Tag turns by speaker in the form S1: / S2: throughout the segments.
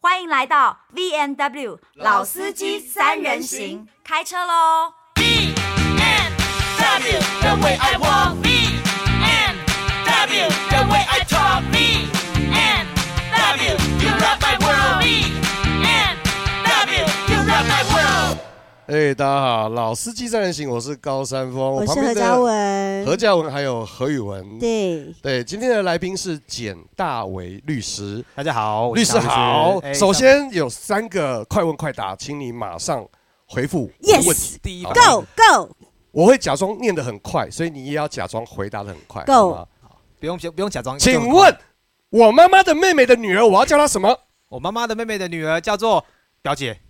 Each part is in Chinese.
S1: 欢迎来到 V N W 老司机三人行，开车喽！
S2: B and W, the way I walk. B and W, the way I talk. B and W, you rock my world. B and W, you rock my world.
S3: 哎、大家好，老司机三人行，我是高山峰，
S4: 我
S3: 旁
S4: 是
S3: 边
S4: 何
S3: 的
S4: 嘉文，
S3: 何嘉文还有何宇文。
S4: 对，
S3: 对，今天的来宾是简大为律师，
S5: 大家好，我
S3: 律
S5: 是
S3: 师
S5: 大
S3: 好。
S5: 哎
S3: 首先有三个快问快答，请你马上回复我的问题。
S4: Yes
S5: 第一
S3: 好
S4: Go Go，
S3: 我会假装念得很快，所以你也要假装回答得很快。
S4: Go
S3: 好吗
S5: 不用不用不用假装。
S3: 请问我妈妈的妹妹的女儿，我要叫她什么？
S5: 我妈妈的妹妹的女儿叫做表姐，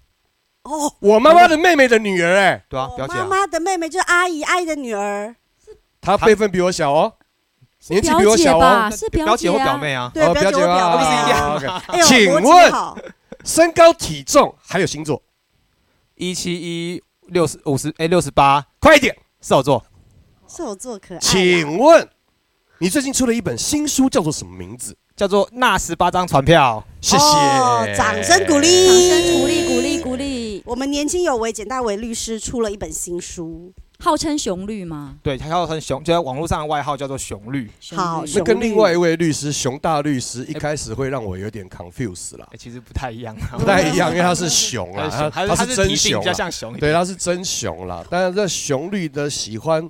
S4: 哦，
S3: 我妈妈的妹妹的女儿、哎，
S5: 对啊，
S4: 我
S5: 表姐
S4: 妈
S5: 啊，
S4: 妈的妹妹就是阿姨，阿姨的女儿，
S3: 她辈分比我小哦，年纪比我
S6: 表姐
S3: 小哦。
S6: 吧，是
S5: 表
S6: 姐
S5: 姐或
S6: 啊
S5: 表。妹啊，
S4: 对，
S3: 哦
S4: 表姐
S3: 表
S4: 我
S3: 姐啊
S4: 表妹
S3: 哦
S4: 啊，
S3: ，OK
S4: 哎呦，
S3: 请
S4: 逻辑
S3: 问
S4: 好
S3: 身高、体重还有星座，
S5: 一七一六十五十哎六十八
S3: 快一点。
S5: 射手座，
S4: 射手座可爱啦，
S3: 请问你最近出了一本新书，叫做什么名字？
S5: 叫做那十八张船票。
S3: 谢谢，
S4: 哦掌声鼓励，
S6: 掌声鼓励鼓励鼓励，
S4: 我们年轻有为简大为律师出了一本新书，
S6: 号称雄绿嘛，
S5: 对，还有很熊，就在网络上的外号叫做熊绿。
S6: 雄
S4: 好
S6: 绿
S3: 那跟
S4: 熊律
S3: 另外一位律师熊大律师一开始会让我有点 confuse 啦，
S5: 哎，其实不太一样啊，
S3: 不太一样，因为他是熊
S5: 他
S3: 啊，
S5: 是熊，
S3: 他
S5: 他
S3: 他
S5: 是
S3: 是
S5: 体
S3: 真
S5: 型
S3: 熊
S5: 比较
S3: 啦，
S5: 像熊一啊点。
S3: 对，他是真熊啦。但是这熊律的喜欢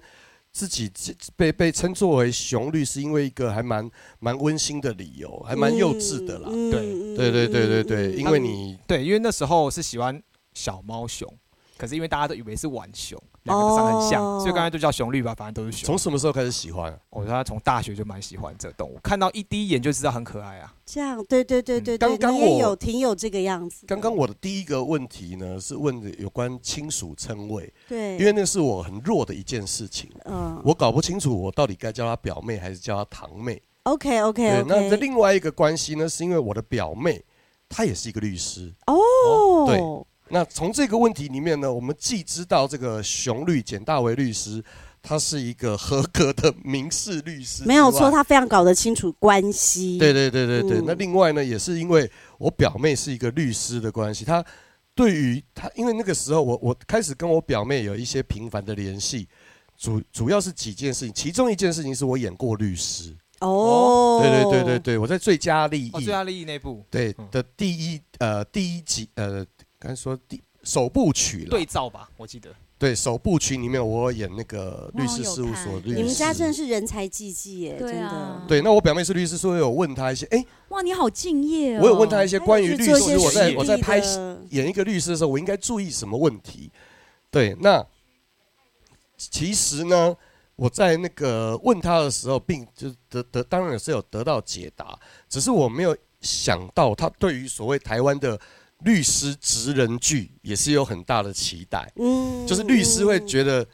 S3: 自己被被称作为熊律，是因为一个还蛮蛮温馨的理由，还蛮幼稚的啦。
S4: 嗯
S5: 对
S4: 嗯
S3: 对对对对对，
S4: 嗯
S3: 因为你
S5: 对，因为那时候是喜欢小猫熊，可是因为大家都以为是浣熊，两个长得很像，
S4: 哦
S5: 所以刚才就叫熊绿吧，反正都是熊
S3: 从。什么时候开始喜欢啊？
S5: 我哦说他从大学就蛮喜欢这个动物，看到一第一眼就知道很可爱啊。
S4: 这样，对对对对
S3: 刚
S4: 对，
S3: 刚
S4: 你也
S3: 我
S4: 有挺有这个样子的，
S3: 刚刚我的第一个问题呢，是问有关亲属称谓。
S4: 对，
S3: 因为那是我很弱的一件事情，
S4: 嗯
S3: 我搞不清楚我到底该叫她表妹还是叫她堂妹。
S4: ，OK OK
S3: 对，那这
S4: 嗯 OK，
S3: 另外一个关系呢，是因为我的表妹她也是一个律师。
S4: 哦，
S3: 对那从这个问题里面呢，我们既知道这个熊律简大为律师，他是一个合格的民事律师，
S4: 没有错，。他非常搞得清楚关系，
S3: 对对对对对，
S4: 嗯
S3: 那另外呢，也是因为我表妹是一个律师的关系，她对于她，因为那个时候我我开始跟我表妹有一些频繁的联系，主主要是几件事情，其中一件事情是我演过律师，
S4: 哦，
S3: 对对对对对，我在《最佳利益
S5: 哦，》最大利益那部
S3: 对
S5: 嗯
S3: 的第一呃第一集呃，刚才说第首部曲了，
S5: 对啊照吧，我记得。
S3: 对首部曲里面我演那个律师事务所律师，
S4: 哦你们家真的是人才济济耶，
S6: 对
S4: 真
S6: 啊
S4: 的。
S3: 对，那我表妹是律师，所以我有问她一些，哎、
S6: 哇，你好敬业哦！
S3: 我有问她一些关于律
S4: 还有去
S3: 师，
S4: 做
S3: 我
S4: 一些
S3: 在
S4: 实
S3: 我在
S4: 地
S3: 拍戏。
S4: 的
S3: 演一个律师的时候，我应该注意什么问题？对，那其实呢，我在那个问他的时候，并就得得当然是有得到解答，只是我没有想到他对于所谓台湾的律师职人剧也是有很大的期待，
S4: 嗯
S3: 就是律师会
S4: 得
S3: 觉得，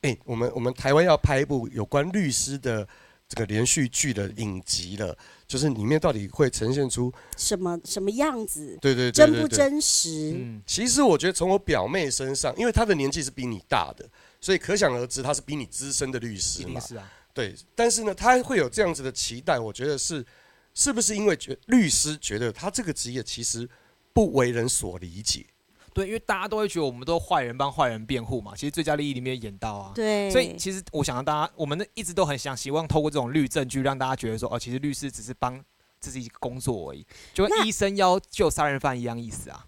S3: 哎、我们我们台湾要拍一部有关律师的。这个连续剧的影集了，就是里面到底会呈现出
S4: 什么什么样子，
S3: 对对对
S4: 真
S3: 对
S4: 不
S3: 对
S4: 真实？
S5: 嗯，
S3: 其实我觉得从我表妹身上，因为她的年纪是比你大的，所以可想而知她是比你资深的律
S5: 一
S3: 师
S5: 定
S3: 嘛。
S5: 是啊。
S3: 对，但是呢，她会有这样子的期待，我觉得是是不是因为觉律师觉得他这个职业其实不为人所理解？
S5: 对，因为大家都会觉得我们都坏人帮坏人辩护嘛。其实最佳利益里面演到啊。。
S4: 对，
S5: 所以其实我想让大家，我们一直都很想希望透过这种律证据，让大家觉得说，哦，其实律师只是帮自己工作而已，就
S4: 那
S5: 跟医生要救杀人犯一样意思啊。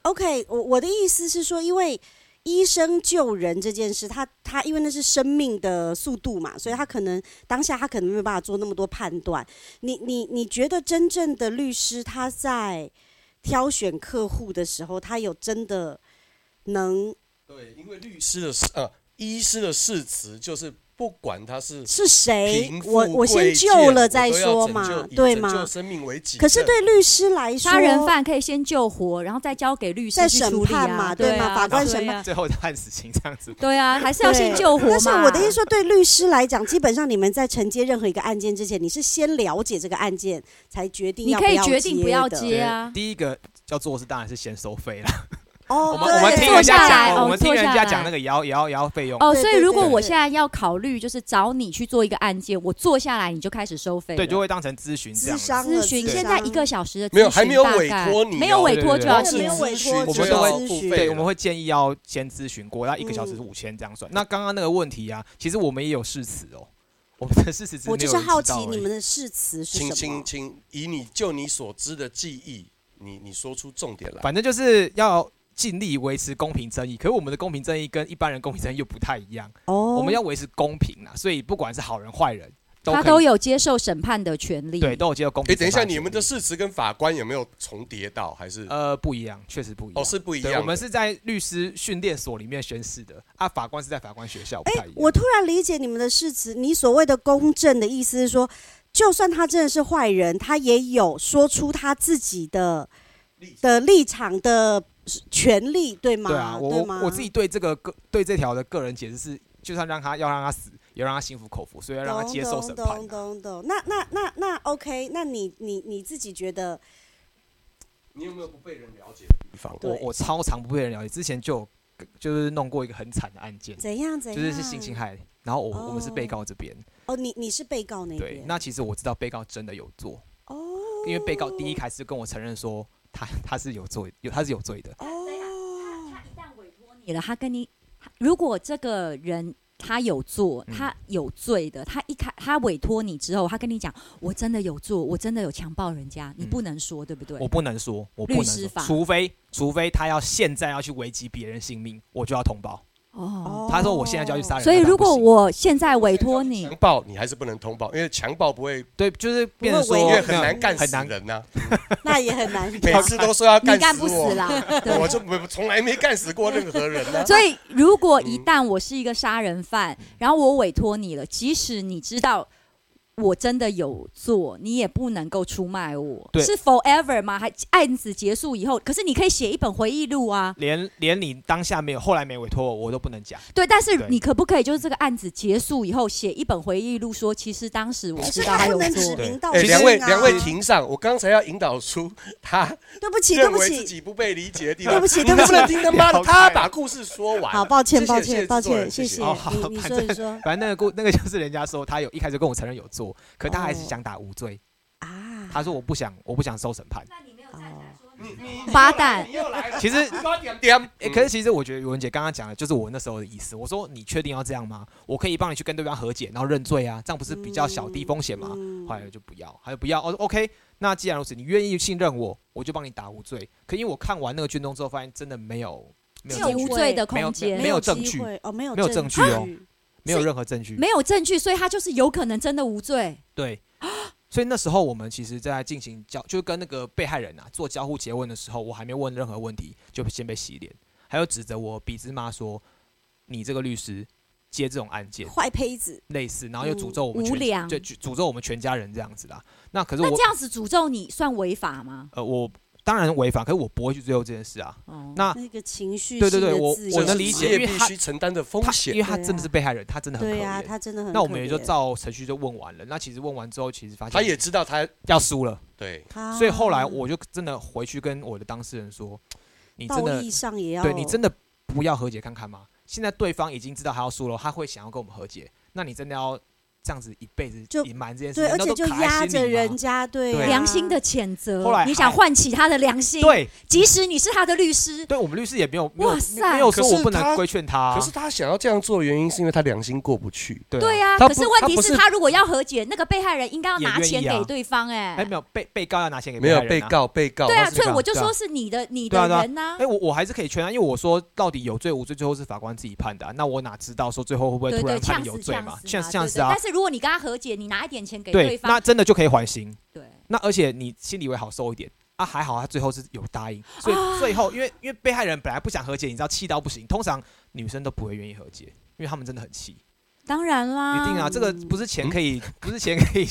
S4: OK，我我的意思是说，因为医生救人这件事，他他因为那是生命的速度嘛，所以他可能当下他可能没有办法做那么多判断。你你你觉得真正的律师他在挑选客户的时候，他有真的能
S3: 对，因为律师的誓呃，医师的誓词就是不管他是
S4: 是谁
S3: 贫？富
S4: 哎我我
S3: 贵
S4: 先
S3: 贱
S4: 救
S3: 我
S4: 了
S3: 都
S4: 再
S3: 要
S4: 说
S3: 拯
S4: 嘛
S3: 救，以
S4: 对
S3: 拯救
S4: 吗？
S3: 生命为己。
S4: 可是。对律师来说，
S6: 杀人犯可以先救活，然后再交给律
S4: 再
S6: 师去
S4: 审
S6: 处理
S4: 判
S6: 啊，
S4: 嘛
S6: 对
S4: 对嘛
S6: 啊
S4: 法官审判
S6: 对啊
S5: 最后的判死刑这样 子。
S6: 对啊，还是要先
S4: 对
S6: 救活嘛。
S4: 但是我的意思说，对律师来讲，基本上你们在承接任何一个案件之前，你是先了解这个案件，才决定
S6: 你
S4: 要
S6: 可以
S4: 要
S6: 决定不要
S4: 的
S6: 接啊
S5: 第一个要做的事当然是先收费啦。
S4: 哦，
S5: 我们我们
S4: 对
S5: 听人
S6: 坐
S5: 家
S6: 下来
S5: 讲，我
S6: 哦
S5: 们听
S6: 坐
S5: 人
S6: 下
S5: 家
S6: 来
S5: 讲那个也要也要也要费用。
S6: 哦，
S4: 对
S6: 所以
S4: 对
S6: 如果
S4: 对
S6: 我
S4: 对
S6: 现在要考虑，就是找你去做一个案件，我坐下来你就开始收费了，
S5: 对，就会当成咨询这
S4: 咨
S5: 样子。
S4: 商了
S6: 咨询。
S4: 咨
S6: 现在一个小时的
S3: 没有
S6: 咨询
S3: 还没有
S6: 大
S3: 委
S6: 概
S3: 托你
S6: 没有
S3: 哦
S6: 委
S5: 对
S6: 托
S5: 对
S6: 就
S5: 对
S6: 要
S4: 对
S6: 请
S4: 没有
S6: 咨
S4: 委
S6: 询
S4: 托
S3: 我
S4: 就
S3: 们
S5: 是
S3: 都
S5: 要
S3: 会付
S4: 咨询
S3: 费
S5: 对，
S3: 的
S5: 我们会建议要先咨询过，那一个小时
S4: 嗯
S5: 五千这样算。那刚刚那个问题啊，其实我们也有誓词哦，我们的誓词只
S4: 我
S5: 没
S4: 就
S5: 有
S4: 是
S5: 人知
S4: 好
S5: 道
S4: 奇
S5: 而
S4: 你
S5: 已
S4: 们的誓词是
S3: 请
S4: 什
S3: 请
S4: 么？
S3: 请，以你就你所知的记忆，你你说出重点来。
S5: 反正就是要尽力维持公平正义。可是我们的公平正义跟一般人公平正义又不太一样，
S4: 哦
S5: 我们要维持公平啦，所以不管是好人坏人，都
S6: 他
S5: 可以
S6: 都有接受审判的权利。
S5: 对都有接受公
S3: 哎，
S5: 平审
S3: 等一
S5: 判
S3: 下，
S5: 权利。
S3: 你们的誓词跟法官有没有重叠到？还是
S5: 呃不一样，确实不一样。
S3: 哦是不一
S5: 对
S3: 样的？
S5: 我们是在律师训练所里面宣誓的啊，法官是在法官学校，不
S4: 哎、
S5: 太一样。
S4: 我突然理解你们的誓词，你所谓的公正的意思是说，就算他真的是坏人，他也有说出他自己的的立场的权利，对吗？
S5: 对啊，我
S4: 对吗
S5: 我我自己对这个个对这条的个人解释是，就算让他要让他死，也要让他心服口服，所以要让他接受审判
S4: 懂
S5: 啊、
S4: 懂懂懂。那那那那 OK，那你你你自己觉得
S3: 你有没有不被人了解的地方？
S4: 对
S5: 我我超常不被人了解，之前就有就是弄过一个很惨的案件，
S4: 怎样怎
S5: 就
S4: 样？
S5: 是是性侵害，然后我、
S4: 哦
S5: 我们是被告这边，
S4: 哦，你你是被告那
S5: 对
S4: 边，，
S5: 那其实我知道被告真的有做，
S4: 哦，
S5: 因为被告第一开始就跟我承认说他他是有罪有他是有罪的，
S4: 哦，
S6: 你了，他跟你，他如果这个人他有做，
S5: 嗯
S6: 他有罪的，他一开他委托你之后，他跟你讲，我真的有做，我真的有强暴人家，你
S5: 嗯
S6: 不能说，对不对
S5: 我？不能说我不
S6: 律
S5: 能
S6: 师
S5: 说
S6: 法，
S5: 除非除非他要现在要去危及别人性命，我就要通报。
S6: 哦，
S5: 他说我现在就要去杀人，
S6: 所以
S5: 那当然
S6: 如
S5: 不
S6: 果
S5: 行
S6: 我现在委托你
S3: 强，暴你还是不能通报，因为强暴不会，
S5: 对就是变成
S4: 不
S5: 说
S4: 会
S3: 因
S4: 违
S3: 为
S4: 约
S3: 很
S5: 没有
S3: 难干
S5: 很
S3: 死
S5: 难
S3: 人呐。
S4: 那也很 难
S3: 每次都说要
S6: 你
S3: 干
S6: 干
S3: 死
S6: 不死
S3: 我，
S6: 啦，
S3: 我
S6: 对。
S3: 就没从来没干死过任何人啊 呐。
S6: 所以，如果一
S3: 嗯
S6: 旦我是一个杀人犯，
S5: 嗯
S6: 然后我委托你了，即使你知道我真的有做，你也不能够出卖我，
S5: 对
S6: 是 forever 吗？还案子结束以后，可是你可以写一本回忆录啊，
S5: 连连你当下没有，后来没委托我，我都不能讲。
S6: 对，但是
S5: 对
S6: 你可不可以就是这个案子结束以后写一本回忆录，说其实当时我
S4: 可
S6: 知
S4: 是
S6: 道
S4: 他
S6: 他
S4: 不
S6: 有
S4: 能指
S6: 做，
S5: 哦
S4: 名道
S3: 哎，
S4: 姓、啊
S3: 两位两位，庭上，我刚才要引导出他
S4: 对不起，对
S3: 认
S4: 不
S3: 为自
S4: 起，
S3: 己不被理解的地方。
S4: 对不起
S3: 你能不
S4: 对
S3: 能
S4: 不起
S3: 听他妈的他把故事说完？
S4: 好，抱歉，
S3: 谢谢谢谢
S4: 抱歉，抱
S3: 制作
S4: 歉，
S3: 人
S4: 谢
S3: 谢
S4: 谢
S3: 谢
S5: 哦好
S4: 你，你
S5: 反
S4: 说，
S5: 正
S4: 你说
S5: 反正那个故那个就是人家说他有一开始跟我承认有做，可他还是
S4: 哦
S5: 想打无罪。
S4: 啊，
S5: 他说我不想，我不想受审判。
S4: 哦
S6: 发蛋
S3: 你又来了，
S5: 其实
S3: 你把点嗯点
S5: 诶，可是其实我觉得宇文姐刚刚讲的就是我那时候的意思。我说你确定要这样吗？我可以帮你去跟对方和解，然后认罪啊，这样不是比较小低风险吗？
S4: 嗯
S5: 后来就不要，还有不要哦。OK，那既然如此，你愿意信任我，我就帮你打无罪。可因为我看完那个军中之后，发现真的没有没
S6: 没
S5: 有
S6: 有
S5: 证
S6: 无
S5: 据，
S6: 罪的
S5: 没有
S6: 空间，
S5: 没有证据
S4: 机会哦，没有
S5: 没有
S4: 证
S5: 证据哦没有任何证据。
S6: 没有证据，所以他就是有可能真的无罪。
S5: 对，所以那时候我们其实在进行交，就跟那个被害人啊做交互诘问的时候，我还没问任何问题，就先被洗脸，还有指责我鼻子骂说你这个律师接这种案件
S4: 坏胚子，
S5: 类似，然后又诅咒我们
S6: 无
S5: 全
S6: 良
S5: 就诅咒我们全家人这样子啦。那可是
S6: 那
S5: 我
S6: 这样子诅咒你算违法吗？
S5: 呃我当然违法，可是我不会去追究这件事啊。
S6: 哦，
S5: 那
S4: 那个情绪
S5: 对对对
S4: 性的
S5: 我
S4: 自
S5: 我
S4: 由
S5: 能理解
S3: 也
S5: 因为
S3: 必
S5: 他
S3: 须承担的风
S5: 他因
S3: 险。
S5: 为他真的是被害人，他真的很可
S4: 啊对啊，
S5: 怜。
S4: 他真的很可怜，
S5: 那我们也就照程序就问完了。那其实问完之后，其实发现
S3: 他也知道他
S5: 要输了。
S3: 对，
S4: 他，
S5: 所以后来我就真的回去跟我的当事人说，你真
S4: 道
S5: 的
S4: 义上也要，
S5: 对你真的不要和解看看吗？现在对方已经知道他要输了，他会想要跟我们和解，那你真的要这样子一辈子
S4: 就
S5: 隐瞒这件事
S4: 对，
S5: 情，
S4: 而
S5: 那
S4: 且
S5: 都
S4: 就
S5: 卡在
S4: 压
S5: 心
S4: 着
S5: 里吗
S4: 人家对
S5: 对
S4: 啊
S6: 良心的谴责
S5: 后来，
S6: 你想
S5: 还
S6: 唤起他的良心，，
S5: 对
S6: 即使你是他的律师，
S5: 对，我啊们律师也没有没有
S6: 哇塞
S5: 没有说
S3: 可是
S5: 我不
S3: 他
S5: 能规劝他啊，
S3: 可是他想要这样做的原因是因为他良心过不去。
S5: 对
S6: 对
S5: 啊，
S6: 呀。
S3: 他
S6: 可
S3: 不
S6: 是问
S3: 他
S6: 题
S3: 不
S6: 是，
S3: 是
S6: 他如果要和解，那个被害人应该要
S5: 也
S6: 拿
S5: 愿意
S6: 钱
S5: 啊
S6: 给对方，哎
S5: 哎，没有被被告要拿钱给
S3: 没有
S5: 害人
S3: 被
S5: 啊，
S3: 告，被告
S6: 对啊，
S5: 他是
S6: 所以
S5: 被告
S6: 我就
S5: 对啊
S6: 说是你的你
S5: 对啊
S6: 的
S5: 对啊
S6: 人呐
S5: 哎，，我我还是可以劝啊，因为我说到底有罪无罪，最后是法官自己判的啊，那我哪知道说最后会不会
S6: 对
S5: 突
S6: 对，
S5: 然判
S6: 呛
S5: 你有
S6: 死
S5: 罪
S6: 呛
S5: 嘛？
S6: 死
S5: 这样
S6: 嘛
S5: 这样
S6: 对
S5: 子
S6: 对
S5: 啊
S6: 但，是如果你跟他和解，你拿一点钱给
S5: 对，
S6: 方
S5: 那，真的就可以缓刑。
S6: 对。
S5: 那而且你心里会好受一点啊，还好他最后是有答应，所
S4: 啊
S5: 以最后因为因为被害人本来不想和解，你知道气到不行，通常女生都不会愿意和解，因为他们真的很气，
S6: 当然啦，
S5: 一定啊，这个不是钱可以，
S3: 嗯
S5: 不是钱可以，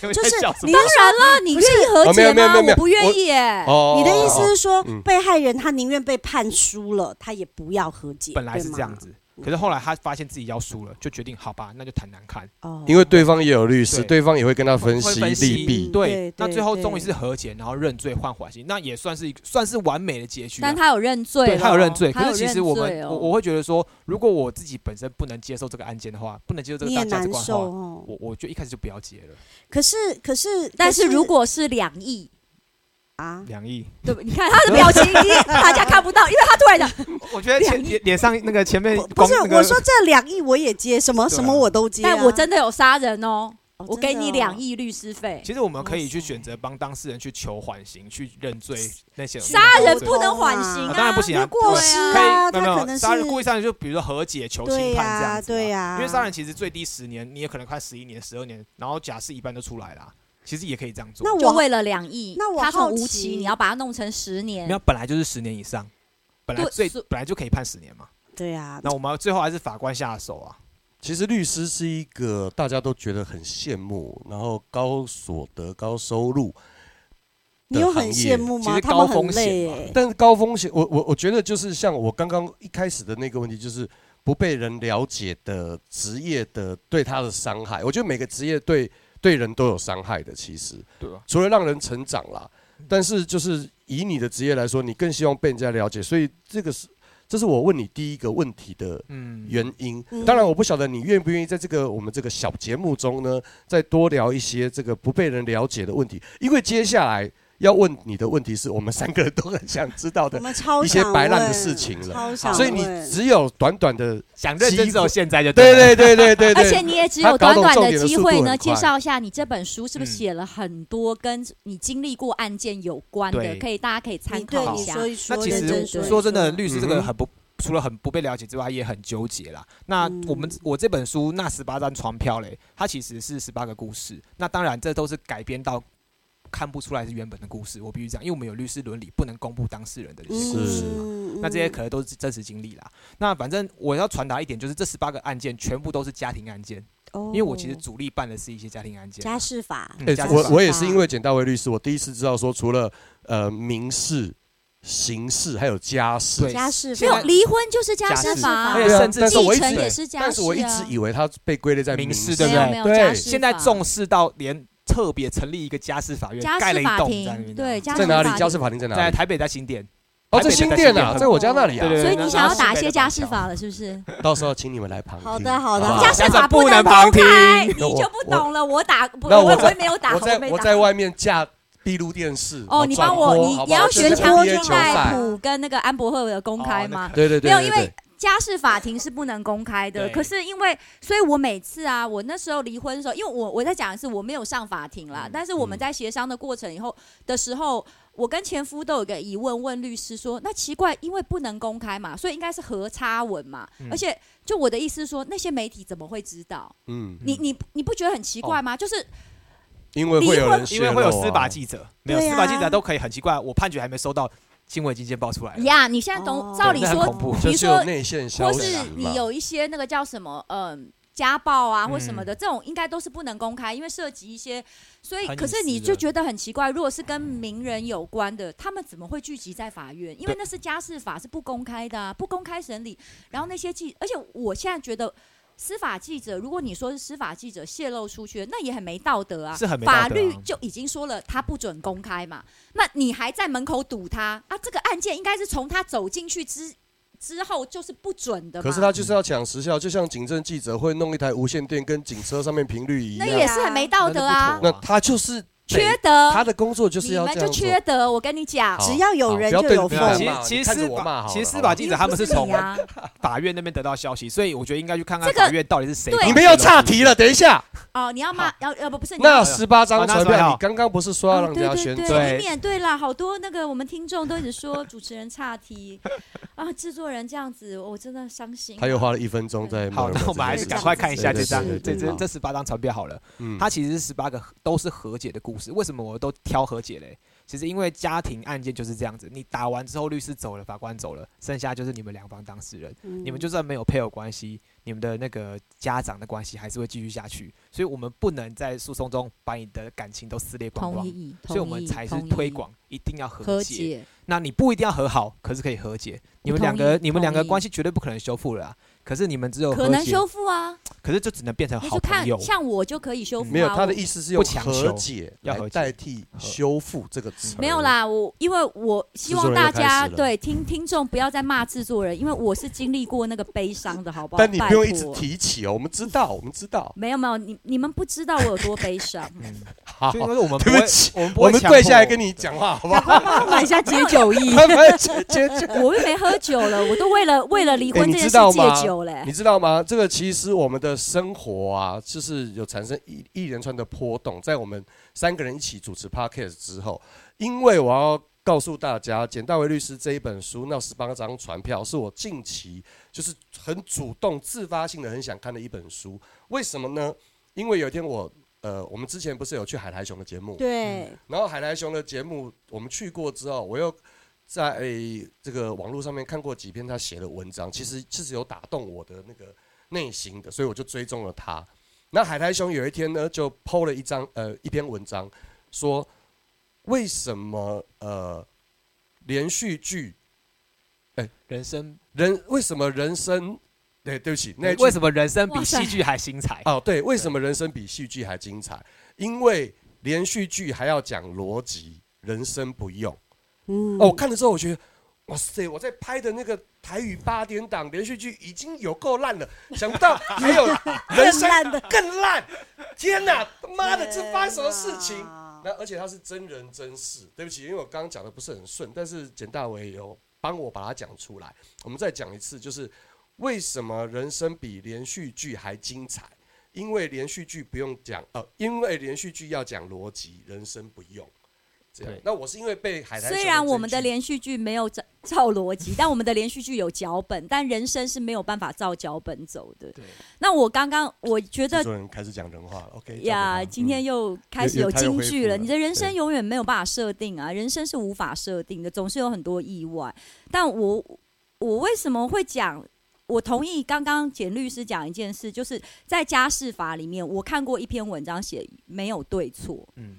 S4: 嗯 就是你
S6: 当然
S5: 啊
S6: 啦，你愿意和
S3: 哦没有
S6: 解
S3: 没有没
S6: 吗？
S3: 有没有
S6: 我不愿意哎耶。
S3: 哦
S4: 你的意思是说
S3: 嗯，
S4: 被害人他宁愿被判输了，他也不要和解，
S5: 本来是
S4: 对吗
S5: 这样，子，可是后来他发现自己要输了，就决定好吧，那就谈谈看。
S4: 哦
S3: 因为对方也有律师，
S5: 对
S3: 对方也会跟他分
S5: 会
S3: 析
S5: 分析
S3: 利弊
S4: 嗯。对
S5: 对，那
S4: 对
S5: 最后
S4: 对
S5: 终于是和解，然后认罪换缓刑，那也算是一算是完美的结局啊。
S6: 但他有认罪
S5: 对
S6: 咯，
S5: 他
S4: 哦
S5: 有认罪，可
S6: 他有
S5: 是其实
S6: 认
S5: 我
S6: 罪
S5: 们
S6: 哦
S5: 我我会觉得说，如果我自己本身不能接受这个案件的话，不能接受这
S4: 你
S5: 个
S4: 也
S5: 大价值
S4: 难
S5: 观的
S4: 受
S5: 话，
S4: 哦。
S5: 我我就一开始就不要结了。
S4: 可是可是，
S6: 但
S4: 是
S6: 是如果是两亿，
S4: 啊，
S5: 两亿，
S6: 对不？你看他的表 情，因为大家看不到，因为他突然讲，
S5: 我觉得
S6: 两
S5: 前脸脸上那个前面
S4: 不不
S5: 光
S4: 是
S5: 那个
S4: 我说这两亿我也接，什么
S5: 对啊
S4: 什么我都接啊，
S6: 但我真的有杀人哦，
S4: 哦
S6: 我给你两，
S4: 真的哦
S6: 亿律师费。
S5: 其实我们可以去
S4: 哇塞
S5: 选择帮当事人去求缓刑、去认罪那些
S6: 杀人
S5: 对
S6: 不能缓刑
S5: 啊
S6: 啊，
S5: 当然不行啊
S4: 如果
S5: 对
S4: 是
S5: 可
S4: 啊，
S5: 以，没有
S4: 他可
S5: 没
S4: 能
S5: 有，
S4: 是
S5: 杀人故意杀人就比如说和解、求轻
S4: 对
S5: 判这
S4: 呀
S5: 样子嘛。
S4: 对呀，
S5: 因为杀人其实最低十年，你也可能快十一年、十二年，然后假释一半都出来啦。其实也可以这样做。
S4: 那
S6: 就
S4: 我
S6: 为了两亿，
S4: 那我
S6: 他
S4: 好
S6: 从无
S4: 奇
S6: 期，你要把它弄成十年
S5: 没有，，本来就是十年以上，本来
S6: 对
S5: 最
S6: 所
S5: 本来就可以判十年嘛。
S4: 对啊，
S5: 那我们最后还是法官下手啊。
S3: 其实律师是一个大家都觉得很羡慕，然后高所得、高收入，
S4: 你有很羡慕
S5: 其
S4: 吗？
S5: 实
S4: 他们
S5: 高
S4: 很
S5: 风险
S4: 累
S5: 嘛
S4: 耶，
S3: 但是高风险，我我我觉得就是像我刚刚一开始的那个问题，就是不被人了解的职业的对他的伤害。我觉得每个职业对对人都有伤害的，其实
S5: 对啊，
S3: 除了让人成长啦，但是就是以你的职业来说，你更希望被人家了解，所以这个是这是我问你第一个问题的
S5: 嗯，
S3: 原因
S4: 嗯。
S3: 当然，我不晓得你愿不愿意在这个我们这个小节目中呢，再多聊一些这个不被人了解的问题，因为接下来要问你的问题是我们三个人都很想知道
S4: 我
S3: 的，
S4: 们超
S3: 一些
S4: 想
S3: 白烂的
S4: 问
S3: 事情了
S4: 超想
S3: 所以你
S4: 问
S3: 只有短短的，
S5: 想认真只有现在就
S3: 对
S5: 对了
S3: 对对对对
S6: 而且
S3: 对，
S6: 你也只
S3: 他
S6: 有短
S3: 搞懂
S6: 短
S3: 重
S6: 的
S3: 点的
S6: 机
S3: 速
S6: 会
S3: 度
S6: 呢，
S3: 很
S6: 介
S3: 快
S6: 绍一下你这本书是不是
S5: 嗯
S6: 写了很多跟你经历过案件有关的，
S5: 对
S6: 可以大家可以参
S4: 你对
S6: 考一
S4: 你
S6: 下。
S4: 说一说，
S5: 那其
S4: 认真
S5: 实
S4: 说一
S5: 说真的，
S4: 说
S5: 律师这
S3: 嗯
S5: 个
S3: 哼
S5: 很不。除了很不被了解之外，也很纠结啦。那
S4: 嗯
S5: 我们、我这本书《那十八张船票》嘞，它其实是十八个故事。那当然，这都是改编到看不出来是原本的故事。我必须讲，因为我们有律师伦理，不能公布当事人的故
S3: 是
S5: 事。
S4: 嗯
S5: 那这些可能都是真实经历啦。那反正我要传达一点，就是这十八个案件全部都是家庭案件，
S4: 哦
S5: 因为我其实主力办的是一些家庭案件
S4: 家
S5: 啊。
S4: 事法
S5: 嗯
S3: 哎
S5: 家事
S3: 我
S5: 法
S3: 我也是因为简大为律师，我第一次知道说，除了呃民事、刑事还有家事
S5: 对
S4: 家事
S6: 没
S4: 法
S6: 有离婚就是家
S5: 家
S6: 事
S5: 事
S6: 法
S4: 法
S6: 啊，
S5: 而且
S3: 对啊
S5: 甚至
S3: 但是我
S6: 继
S3: 一
S6: 承也
S3: 直，
S6: 是家事啊。
S3: 但是我一直以为它被归啊类在
S5: 民事
S3: 事，
S5: 对不对
S6: 没有没有家
S3: 对
S6: 事，
S5: 现在
S6: 法
S5: 重视到连特别成立一个家事法院
S6: 家，
S5: 盖了
S6: 事
S5: 一
S6: 法
S5: 栋在那
S6: 庭
S5: 边。
S6: 对，家
S3: 在
S6: 事
S3: 哪
S6: 法
S3: 里？
S6: 庭
S3: 家事法庭在哪
S5: 在
S3: 里？
S5: 台北在新店。
S3: 哦，
S5: 台
S3: 在
S5: 北的
S3: 新
S5: 新
S3: 店
S5: 店
S3: 啊，
S5: 很
S3: 在我家那里
S5: 对对
S3: 啊。
S5: 对
S6: 所以
S5: 那
S6: 你想要
S5: 那是
S6: 打一
S5: 北
S6: 些
S5: 的
S6: 家
S5: 板
S6: 事
S5: 桥
S6: 法了，是不是？
S3: 到时候请你们来旁听。
S4: 好的好的
S3: 啊不
S4: 好
S6: 家
S4: 的
S6: 事
S5: 家
S6: 法
S5: 长不
S6: 能
S5: 能旁
S6: 公开，
S5: 听
S6: 你就不
S3: 那我
S6: 懂了。我打不，
S3: 那
S6: 我
S3: 我在
S6: 也没有打，
S3: 我在
S6: 没
S3: 我
S6: 打
S3: 在外面架闭路电视。
S6: 哦，你帮我，
S3: 转播
S6: 你
S3: 好
S6: 你
S3: 不好
S6: 要
S3: 就是
S6: 学
S3: 那
S6: 强
S3: NBA
S6: 就
S3: 球
S6: 赖
S3: 赛
S6: 普跟那个安博赫尔公开
S5: 哦那
S6: 吗？
S5: 个
S3: 对对
S6: 没
S3: 对，
S6: 有，
S3: 对
S6: 因
S3: 对
S6: 为家事法庭是不能公开的。
S5: 对
S6: 可是因为，所以我每次啊，我那时候离婚的时候，因为我我在讲的是我没有上法庭啦，
S5: 嗯
S6: 但是我们在协商的过程以后的时候，我跟前夫都有个疑问，问律师说，那奇怪，因为不能公开嘛，所以应该是核差文嘛，
S5: 嗯
S6: 而且就我的意思是说，那些媒体怎么会知道？
S3: 嗯，
S6: 你你你不觉得很奇
S5: 哦
S6: 怪吗？就是
S3: 因为会有人泄
S5: 因
S3: 露啊
S5: 为会有司法，记者，没有
S4: 对
S5: 司
S4: 啊
S5: 法记者都可以很奇怪，我判决还没收到，新闻已经先爆出来了。
S6: 呀你现在懂？
S4: 哦
S6: 照理
S5: 那很
S6: 说
S5: 恐怖
S6: 比
S3: 就
S6: 如
S3: 是
S6: 说
S3: 有内线消
S6: 或
S3: 息啊
S6: 是
S3: 嘛
S6: 你有一些那个叫什么，嗯、家暴啊或什么
S5: 嗯
S6: 的，这种应该都是不能公开，因为涉及一些，所以
S5: 很隐
S6: 可是你
S5: 私
S6: 就
S5: 的
S6: 觉得很奇怪，如果是跟名人有关的，他们怎么会聚集在法院？因为那是家事法是不公开的、啊，不公开审理。然后那些记，而且我现在觉得。司法记者，如果你说是司法记者泄露出去，那也很没道德啊！
S5: 是很没道德啊
S6: 法律就已经说了，他不准公开嘛。那你还在门口堵他啊？这个案件应该是从他走进去之之后就是不准的嘛。
S3: 可是他就是要抢时效，就像警政记者会弄一台无线电跟警车上面频率一
S6: 那
S3: 样，
S6: 也是很没道德啊，
S3: 那他就是得
S6: 缺德。
S3: 他的工作就是
S6: 你
S3: 要
S6: 们
S3: 这
S6: 就
S3: 样做
S6: 缺德，我跟你讲，
S3: 好
S4: 只要有
S3: 好
S4: 人
S3: 不要
S4: 就
S3: 对
S4: 有
S3: 不
S4: 缝
S3: 要，
S5: 其
S3: 骂
S5: 实
S3: 我
S5: 其
S3: 你
S5: 实
S3: 看着
S5: 司
S3: 我骂
S5: 法
S3: 好了
S5: 其实
S3: 好
S5: 司
S3: 不好
S5: 法记者他们是从
S6: 你啊，
S5: 法院那边得到消息，所以我觉得应该去看看
S6: 这个
S5: 法院到底是谁。
S6: 对
S3: 你们要岔题了，等一下，
S6: 哦，你要骂，要要不不是你
S3: 那
S6: 要
S3: 十八张传
S5: 好那十八
S3: 票，
S5: 张
S3: 你刚刚不是说要让人家
S6: 哦
S3: 宣
S6: 对对
S3: 传？
S6: 对，以免对啦，好多那个我们听众都一直说主持人岔题 啊，制作人这样子，我真的伤心。
S3: 他又花了一分钟在
S5: 好，
S3: 默
S5: 那
S3: 默
S5: 我们还是赶快看一下这张
S3: 对对
S5: 这
S3: 对
S5: 这
S3: 对
S5: 这十八张传票好了。
S3: 嗯
S5: 它其实是十八个和都是和解的故事。为什么我都挑和解嘞？其实因为家庭案件就是这样子，你打完之后，律师走了，法官走了，剩下就是你们两方当事人。
S6: 嗯
S5: 你们就算没有配偶关系，你们的那个家长的关系还是会继续下去。所以我们不能在诉讼中把你的感情都撕裂光
S6: 同
S5: 光。
S6: 意，
S5: 所以我们才是推广，一定要
S6: 和
S5: 和解。
S6: 解。
S5: 那你不一定要和好，可是可以和解。你们两
S6: 同
S5: 个
S6: 意，
S5: 你们两个
S6: 同意
S5: 关系绝对不可能修复了啊、可是你们
S3: 哦
S5: 只有
S6: 可
S5: 和
S6: 能
S5: 解
S6: 修复啊，
S5: 可是就只能变成
S6: 那
S5: 好
S6: 就看
S5: 朋友。
S6: 像我就可以修复、啊。
S3: 嗯没有，他的
S6: 我
S3: 意思是用
S5: 不强求
S3: 和解
S5: 要
S3: 来
S5: 和解
S3: 代替修复这个词。
S6: 没有，啦，我因为我希
S3: 制
S6: 望
S3: 作人
S6: 大
S3: 又开
S6: 家
S3: 始了
S6: 对听听众不要再骂制作人，因为我是经历过那个悲伤的，好不好？
S3: 但你不用一直
S6: 拜托。
S3: 提起哦，我们知道，我们知道。
S6: 没有没有，你你们不知道我有多悲伤。
S5: 嗯，
S3: 好
S5: 所以，说我们
S3: 对
S5: 会
S3: 不起，
S5: 我们不
S3: 我
S5: 会
S3: 们
S5: 强
S3: 跪
S5: 迫
S3: 下来跟你讲话，好不 好？
S4: 买一下解酒意。
S3: 他们解决
S6: 我又没喝酒了，我都为了为了离婚
S3: 哎你
S6: 这件
S3: 知
S6: 事
S3: 道吗
S6: 戒酒嘞
S3: 你。知道吗？这个其实我们的生活啊，就是有产生一一连串的波动。在我们三个人一起主持 podcast 之后，因为我要告诉大家，《简大为律师》这一本书那十八张传票是我近期就是很主动、自发性的很想看的一本书。为什么呢？因为有一天我呃，我们之前不是有去海苔熊的节目，
S6: 嗯
S4: 对，
S3: 然后海苔熊的节目我们去过之后，我又在这个网络上面看过几篇他写的文章，其实其实有打动我的那个内心的，所以我就追踪了他。那海苔熊有一天呢，就 PO 了一张呃一篇文章，说为什么呃连续剧
S5: 人生，
S3: 人为什么人生对对不起那一句
S5: 为什么人生比
S6: 哇塞
S5: 戏剧还精彩？
S3: 哦，对，为什么人生比戏剧还精彩？因为连续剧还要讲逻辑，人生不用。
S4: 嗯
S3: 哦，我看了之后，我觉得，哇塞，我在拍的那个台语八点档连续剧已经有够烂了，想不 到还有人生
S4: 烂的
S3: 更烂，天哪，他妈的，这发生什么事情
S4: 天？哪
S3: 那而且它是真人真事，对不起，因为我刚刚讲的不是很顺，但是简大为有帮我把它讲出来。我们再讲一次，就是为什么人生比连续剧还精彩？因为连续剧不用讲，呃，因为连续剧要讲逻辑，人生不用。这样
S5: 对，
S3: 那我是因为被海苔
S6: 虽
S3: 熊
S6: 然
S3: 这
S6: 我
S3: 一
S6: 们
S3: 句
S6: 的连续剧没有照照逻辑，但我们的连续剧有脚本，但人生是没有办法照脚本走的。
S5: 对，
S6: 那我刚刚我觉
S3: 制
S6: 得
S3: 作人开始讲人话了，OK？
S6: 呀，今天
S3: 又
S6: 又开始
S3: 嗯又
S6: 有
S3: 他又
S6: 京
S3: 恢
S6: 剧
S3: 复
S6: 了。
S3: 了
S6: 你的人生
S3: 对
S6: 永远没有办法设定啊，人生是无法设定的，总是有很多意外。但我我为什么会讲？我同意刚刚简律师讲一件事，就是在家事法里面，我看过一篇文章写没有对错，
S5: 嗯，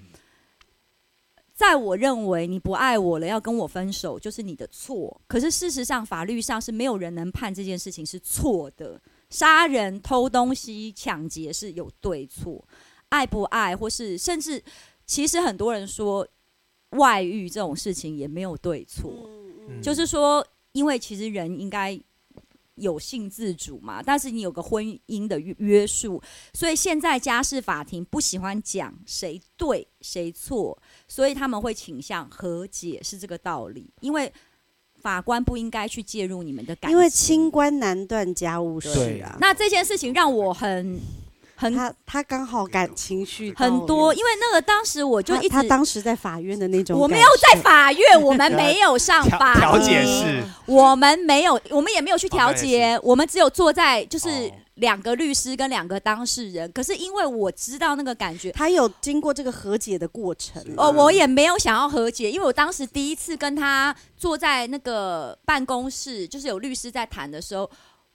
S6: 在我认为你不爱我了，要跟我分手，就是你的错。可是事实上，法律上是没有人能判这件事情是错的。杀人、偷东西、抢劫是有对错，爱不爱，或是甚至，其实很多人说外遇这种事情也没有对错。
S5: 嗯
S6: 就是说，因为其实人应该有性自主嘛，但是你有个婚姻的约约束，所以现在家事法庭不喜欢讲谁对谁错，所以他们会倾向和解，是这个道理。因为法官不应该去介入你们的感情，
S4: 因为清官难断家务事啊。
S6: 那这件事情让我很很
S4: 他他刚好感情绪到
S6: 很多，因为那个当时我就
S4: 他
S6: 一直
S4: 他当时在法院的那种，
S6: 我没有在，法院，我们没有上
S5: 调
S6: 法
S5: 调
S6: 庭
S5: 解室，
S6: 我们没有，我们也没有去调
S5: 哦那
S6: 解，我们只有坐在就是
S5: 哦
S6: 两个律师跟两个当事人。可是因为我知道那个感觉，
S4: 他有经过这个和解的过程。
S5: 嗯
S6: 哦，我也没有想要和解，因为我当时第一次跟他坐在那个办公室，就是有律师在谈的时候，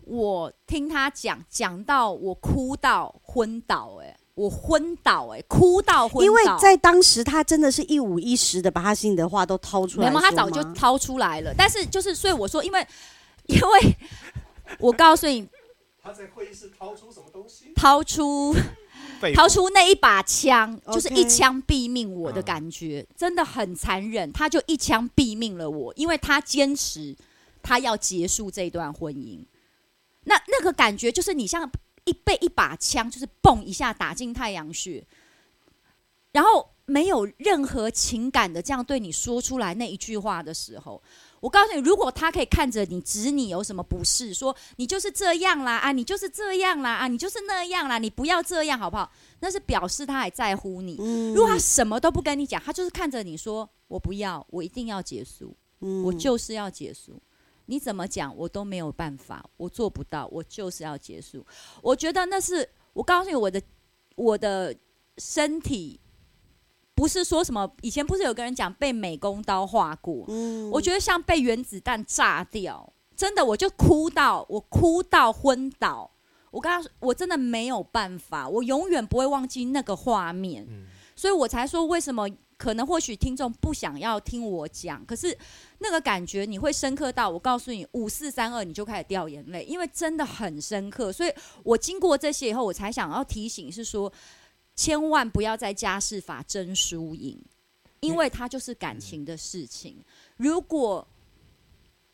S6: 我听他讲，讲到我哭到昏倒、哎，我昏倒、哎，哭到昏倒，
S4: 因为在当时，他真的是一五一十的把他心里的话都掏出
S6: 没
S4: 来
S6: 有，
S4: 说吗。
S6: 他早就掏出来了。但是就是，所以我说，因为因为我告诉你，
S3: 他在会议室掏出什么东西？
S6: 掏出
S5: 肺
S6: 掏出那一把枪，就是一
S4: OK
S6: 枪毙命我
S3: 嗯
S6: 的感觉，真的很残忍。他就一枪毙命了我，因为他坚持他要结束这段婚姻。那那个感觉就是你像一被一把枪，就是嘣一下打进太阳穴，然后没有任何情感的这样对你说出来那一句话的时候，我告诉你，如果他可以看着你指你有什么不是，说你就是这样啦啊，你就是这样啦啊，你就是那样啦，你不要这样好不好？那是表示他还在乎你。
S4: 嗯，
S6: 如果他什么都不跟你讲，他就是看着你说我不要，我一定要结束，
S4: 嗯
S6: 我就是要结束。你怎么讲我都没有办法，我做不到，我就是要结束。我觉得那是我告诉你，我的我的身体不是说什么，以前不是有个人讲被美工刀划过，
S4: 嗯
S6: 我觉得像被原子弹炸掉，真的，我就哭到我哭到昏倒。我跟他说，我真的没有办法，我永远不会忘记那个画面，
S5: 嗯
S6: 所以我才说为什么可能或许听众不想要听我讲，可是那个感觉你会深刻到，我告诉你，五四三二你就开始掉眼泪，因为真的很深刻。所以我经过这些以后，我才想要提醒是说，千万不要在家事法争输赢，因为它就是感情的事情。如果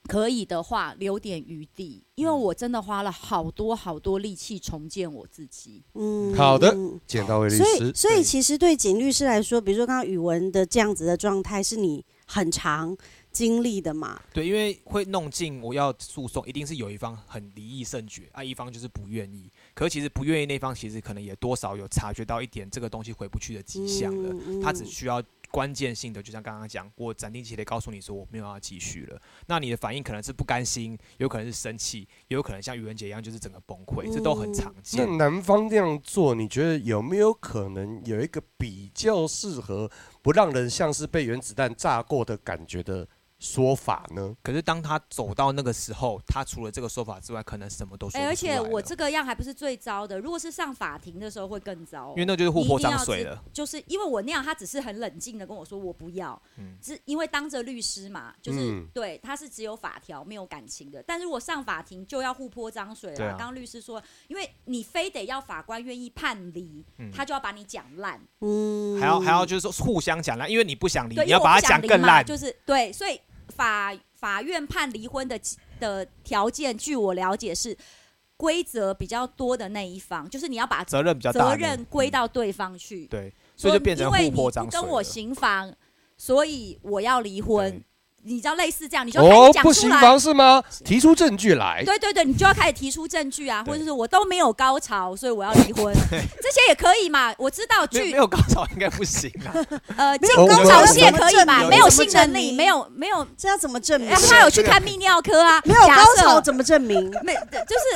S6: 可以的话，留点余地，因为
S5: 嗯
S6: 我真的花了好多好多力气重建我自己。
S4: 嗯
S3: 好的
S4: 嗯
S3: 剪刀位律
S4: 所
S3: 师
S4: 以，，所以其实对景律师来说，比如说刚刚语文的这样子的状态，是你很常经历的嘛？
S5: 对，因为会弄进我要诉讼，一定是有一方很离意甚绝，啊，一方就是不愿意。可是其实不愿意那方，其实可能也多少有察觉到一点这个东西回不去的迹象了。
S4: 嗯
S5: 他只需要关键性的，就像刚刚讲，我斩钉截铁告诉你说我没有要继续了。那你的反应可能是不甘心，有可能是生气，也有可能像愚人节一样就是整个崩溃，这都很常
S3: 那
S5: 见。
S3: 男方这样做，你觉得有没有可能有一个比较适合不让人像是被原子弹炸过的感觉的说法呢？
S5: 可是当他走到那个时候，他除了这个说法之外，可能什么都说不出
S6: 哎、
S5: 来了、
S6: 而且我这个样还不是最糟的，如果是上法庭的时候会更糟哦、
S5: 因为那就是
S6: 你
S5: 互
S6: 一
S5: 泼
S6: 定
S5: 脏
S6: 要
S5: 水
S6: 知
S5: 了。
S6: 就是因为我那样，他只是很冷静的跟我说我不要，
S5: 嗯
S6: 只因为当着律师嘛，就是、
S3: 嗯
S6: 对他是只有法条没有感情的。但是我上法庭就要互泼脏水
S5: 对
S6: 了。
S5: 啊
S6: 刚刚律师说，因为你非得要法官愿意判离，
S5: 嗯
S6: 他就要把你讲烂。
S4: 嗯
S5: 还要还要就是说互相讲烂，因为你不想离，
S6: 对，
S5: 你
S6: 因为
S5: 要
S6: 我
S5: 把
S6: 不
S5: 它
S6: 想
S5: 讲
S6: 离
S5: 更
S6: 嘛
S5: 烂。
S6: 就是对，所以法法院判离婚的的条件，据我了解是规则比较多的那一方，就是你要把
S5: 责任比较
S6: 责
S5: 大呢，
S6: 任归
S5: 嗯、
S6: 到对方去，
S5: 对，所
S6: 说
S5: 以就变成
S6: 因为
S5: 互
S6: 你
S5: 泼
S6: 不
S5: 脏水了。
S6: 跟我行房，所以我要离
S5: 对
S6: 婚。你知道类似这样，你就要开
S3: 哦
S6: 始，讲
S3: 不
S6: 出
S3: 行
S6: 来。
S3: 房是吗？提出证据来。
S6: 对对对，你就要开始提出证据啊，
S5: 对
S6: 或者是我都没有高潮，所以我要离婚， 这些也可以嘛。我知道
S5: 没有没
S6: 据
S5: 有高潮应该不行 啊。
S6: 呃，
S4: 没
S6: 进
S4: 有
S6: 高
S3: 高
S6: 潮
S3: 潮
S6: 戏也
S4: 怎么
S6: 可以
S4: 证
S6: 嘛，
S4: 明
S6: 没有
S4: 怎么
S6: 性
S4: 证
S6: 能力，
S4: 明
S6: 没有没有
S4: 嗯这要怎 么证明？
S6: 哎他有去看泌尿科啊，
S4: 没有
S6: 假
S4: 高
S6: 设
S4: 潮怎么证明？
S6: 没就是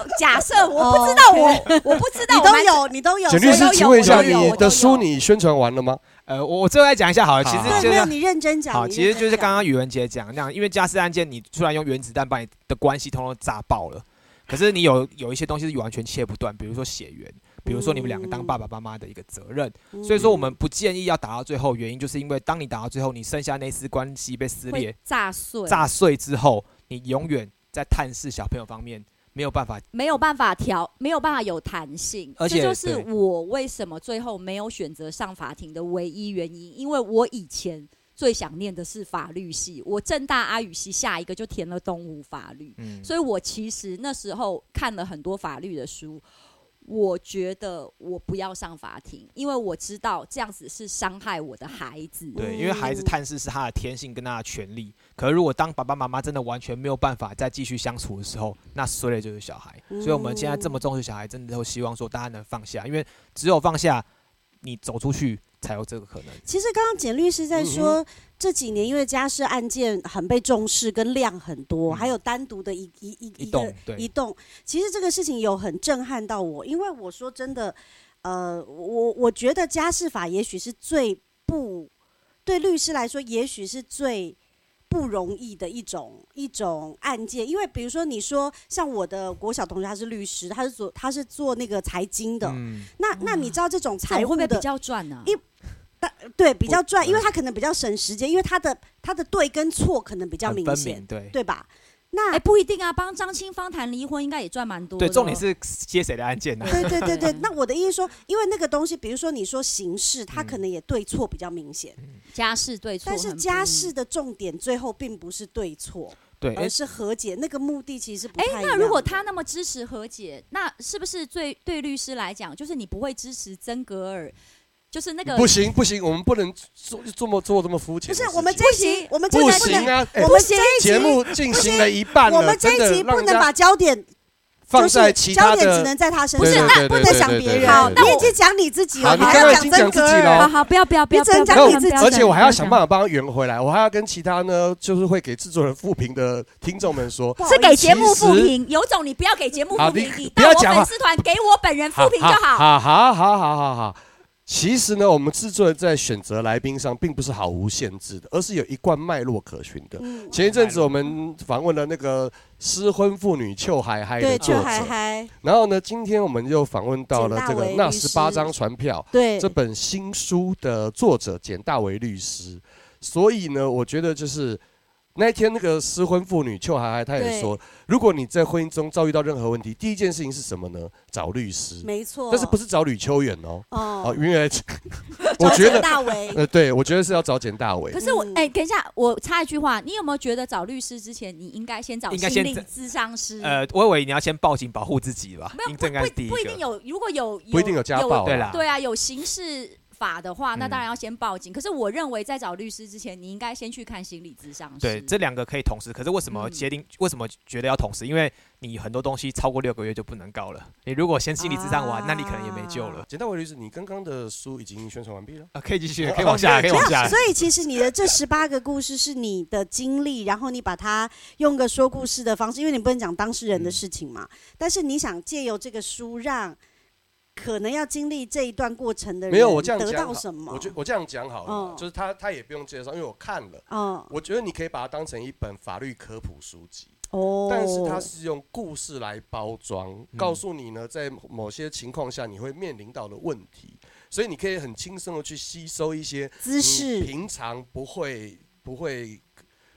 S6: 呃 假设我不
S4: 哦
S6: 知道我我不知道
S4: 你
S6: 我
S4: 都
S6: 们
S4: 有，你都有。
S3: 简
S4: 所
S3: 律
S4: 以
S3: 师，
S6: 我都有
S3: 请问一下，
S6: 我都有
S3: 你
S6: 我都
S3: 的
S6: 有
S3: 书你宣传完了吗？
S5: 呃，我我最后再讲一下好了，其
S3: 好
S5: 实
S4: 对，
S5: 就
S4: 没有
S5: 是。
S4: 你认真讲。
S5: 好，
S4: 你
S5: 其
S4: 认
S5: 实
S4: 真
S5: 就是
S4: 讲
S5: 刚刚宇文杰讲那样，因为家事案件，你突然用原子弹把你的关系通通炸爆
S6: 嗯
S5: 了，可是你有有一些东西是完全切不断，比如说血缘，比如说你们两个当爸爸妈妈的一个责任，
S4: 嗯
S5: 所以说我们不建议要打到最后，原因就是因为当你打到最后，你剩下那丝关系被撕裂
S6: 会、炸碎，
S5: 炸碎之后，你永远在探视小朋友方面没有办法
S6: 没有办法调，没有办法有弹性，
S5: 而且
S6: 这就是
S5: 对
S6: 我为什么最后没有选择上法庭的唯一原因，因为我以前。最想念的是法律系，我正大阿语系下一个就填了东吴法律，
S5: 嗯，
S6: 所以我其实那时候看了很多法律的书，我觉得我不要上法庭，因为我知道这样子是伤害我的孩子。
S5: 对，因为孩子
S4: 嗯
S5: 探视是他的天性跟他的权利。可是如果当爸爸妈妈真的完全没有办法再继续相处的时候，那衰的就是小孩。所以我们现
S4: 嗯
S5: 在这么重视小孩，真的都希望说大家能放下，因为只有放下，你走出去才有这个可能。
S4: 其实刚刚简律师
S5: 嗯
S4: 在说，这几年因为家事案件很被重视，跟量很多，
S5: 嗯
S4: 还有单独的一一一
S5: 一
S4: 个
S5: 栋对
S4: 一栋，其实这个事情有很震撼到我，因为我说真的，呃，我我觉得家事法也许是最不对律师来说，也许是最。不容易的一种一种案件，因为比如说你说像我的国小同学，他是律师，他是做他是做那个财经的，
S5: 嗯，
S4: 那那你知道这种
S6: 这
S4: 财
S6: 种
S4: 务
S6: 会不会
S4: 的
S6: 比较赚呢、
S4: 一对，比
S5: 不
S4: 较赚，因为
S5: 嗯
S4: 他可能比较省时间，因为他的他的对跟错可能比较
S5: 很
S4: 明
S5: 分
S4: 显
S5: 明，，对
S4: 对吧？
S6: 哎、
S4: 那
S6: 不一定啊，帮张清芳谈离婚应该也赚蛮多的
S5: 对，
S6: 哦。
S5: 重点是接谁的案件呢、啊
S4: 对对对对
S6: 嗯，
S4: 那我的意思说，因为那个东西，比如说你说刑事，他可
S5: 嗯
S4: 能也对错比较明显，
S6: 家事对错
S4: 但
S6: 很不一
S4: 是
S6: 样，
S4: 家事的重点最后并不是对错，
S5: 对，
S4: 而
S5: 诶
S4: 是和解，那个目的其实不
S6: 哎、
S4: 太一
S6: 那如果
S4: 样的
S6: 他那么支持和解，那是不是对对律师来讲，就是你不会支持曾格尔，就是那个
S3: 不行不行，我们不能做这么做这么肤浅的
S4: 不
S3: 事
S4: 是
S3: 情。
S4: 我们这一
S6: 不
S4: 集
S6: 行，
S4: 我们这一
S3: 不
S4: 集
S3: 行
S4: 能，
S3: 啊！哎
S4: 我们这一
S3: 节
S4: 集，
S3: 目进行了一半了，
S4: 我们这
S3: 真
S4: 一
S3: 的
S4: 集
S3: 让
S4: 不
S3: 人家
S4: 能把焦点
S3: 放
S4: 就是
S3: 在其
S4: 焦
S3: 他
S4: 点只
S3: 的。
S4: 能在他身
S3: 不是
S4: 上，
S3: 那
S4: 不能
S3: 对对
S4: 讲
S3: 对
S4: 别
S3: 对
S4: 人
S3: 好，
S4: 你
S6: 那
S4: 已
S6: 我
S4: 经讲你自己
S3: 好
S4: 了，
S3: 你
S4: 还
S3: 刚
S4: 要
S3: 刚已
S4: 讲
S3: 经讲
S4: 曾
S3: 自
S4: 格
S3: 己
S4: 尔
S3: 了
S6: 好好，不要不要不要，
S4: 你只能
S6: 不要
S3: 讲
S6: 不要
S4: 你自己
S6: 不要
S3: 而且我还要想办
S6: 法，
S3: 法帮他圆回来，我还要跟其他呢，就是会给制作人复评的听众们说，
S4: 不好
S6: 是
S4: 意
S6: 给
S4: 思
S6: 节目复
S3: 其实
S6: 评，有种你不要给节目
S3: 好
S6: 复评，
S3: 你
S6: 你
S3: 不
S6: 到
S3: 要
S6: 我
S3: 讲话
S6: 粉丝团给我本人复评就好。
S3: 好好好好好好。其实呢，我们制作人在选择来宾上，并不是毫无限制的，而是有一贯脉络可循的。
S4: 嗯，
S3: 前一阵子我们访问了那个失婚妇女邱海海的
S4: 对，
S3: 作
S4: 邱
S3: 者，
S4: 海海，
S3: 然后呢，今天我们又访问到了这个
S4: 简大为
S3: 那
S4: 律
S3: 十
S4: 师
S3: 八张船票
S4: 对，
S3: 这本新书的作者简大为律师，所以呢，我觉得就是那一天那个失婚妇女邱海海，她也
S4: 对
S3: 说，如果你在婚姻中遭遇到任何问题，第一件事情是什么呢？找律师，
S4: 没错，
S3: 但是不是找吕秋远哦？
S4: 哦
S3: 哦，，因为 我觉
S4: 找
S3: 得
S4: 简，大为
S3: 呃，对我觉得是要找简大为
S6: 可。是我
S4: 嗯
S6: 哎、等一下，我插一句话，你有没有觉得找律师之前，你应该先找
S5: 应该
S6: 心
S5: 先
S6: 理
S5: 找
S6: 咨商师？
S5: 呃，我以为你要先报警保护自己吧
S6: 没，有
S5: 应这应该
S6: 不
S5: 是第
S6: 不一定
S5: 个。
S6: 有，如果有
S3: 不一定有家暴啊
S5: 对啦
S6: 对啊，有刑事法的话，那
S5: 嗯
S6: 当然要先报警。可是我认为在找律师之前，你应该先去看心理咨商师。
S5: 对，这两个可以同时，可是为什么
S6: 嗯
S5: 协定？为什么觉得要同时？因为你很多东西超过六个月就不能告了。你如果先心理智商完，那你可能也没救
S6: 啊
S5: 了。
S3: 简大为律师，你刚刚的书已经宣传完毕了。
S5: 啊，可以继
S6: 哦
S5: 续，可以往下，可以
S4: 没
S5: 往
S4: 有，
S5: 下。
S4: 所以其实 你的这十八个故事是你的经历，然后你把它用个说故事的方式，因为你不能讲当事人的事情
S3: 嗯
S4: 嘛。但是你想借由这个书，让可能要经历这一段过程的人
S3: 没有我这样
S4: 得
S3: 讲
S4: 到
S3: 好
S4: 什么？
S3: 我觉我这样讲好了嘛，
S4: 嗯
S3: 就是他他也不用介绍，因为我看了，
S4: 嗯
S3: 我觉得你可以把它当成一本法律科普书籍，
S4: 哦，
S3: 但是它是用故事来包装，
S4: 嗯
S3: 告诉你呢，在某些情况下你会面临到的问题，所以你可以很轻松的去吸收一些
S4: 姿
S3: 你
S4: 势
S3: 平常不会不会，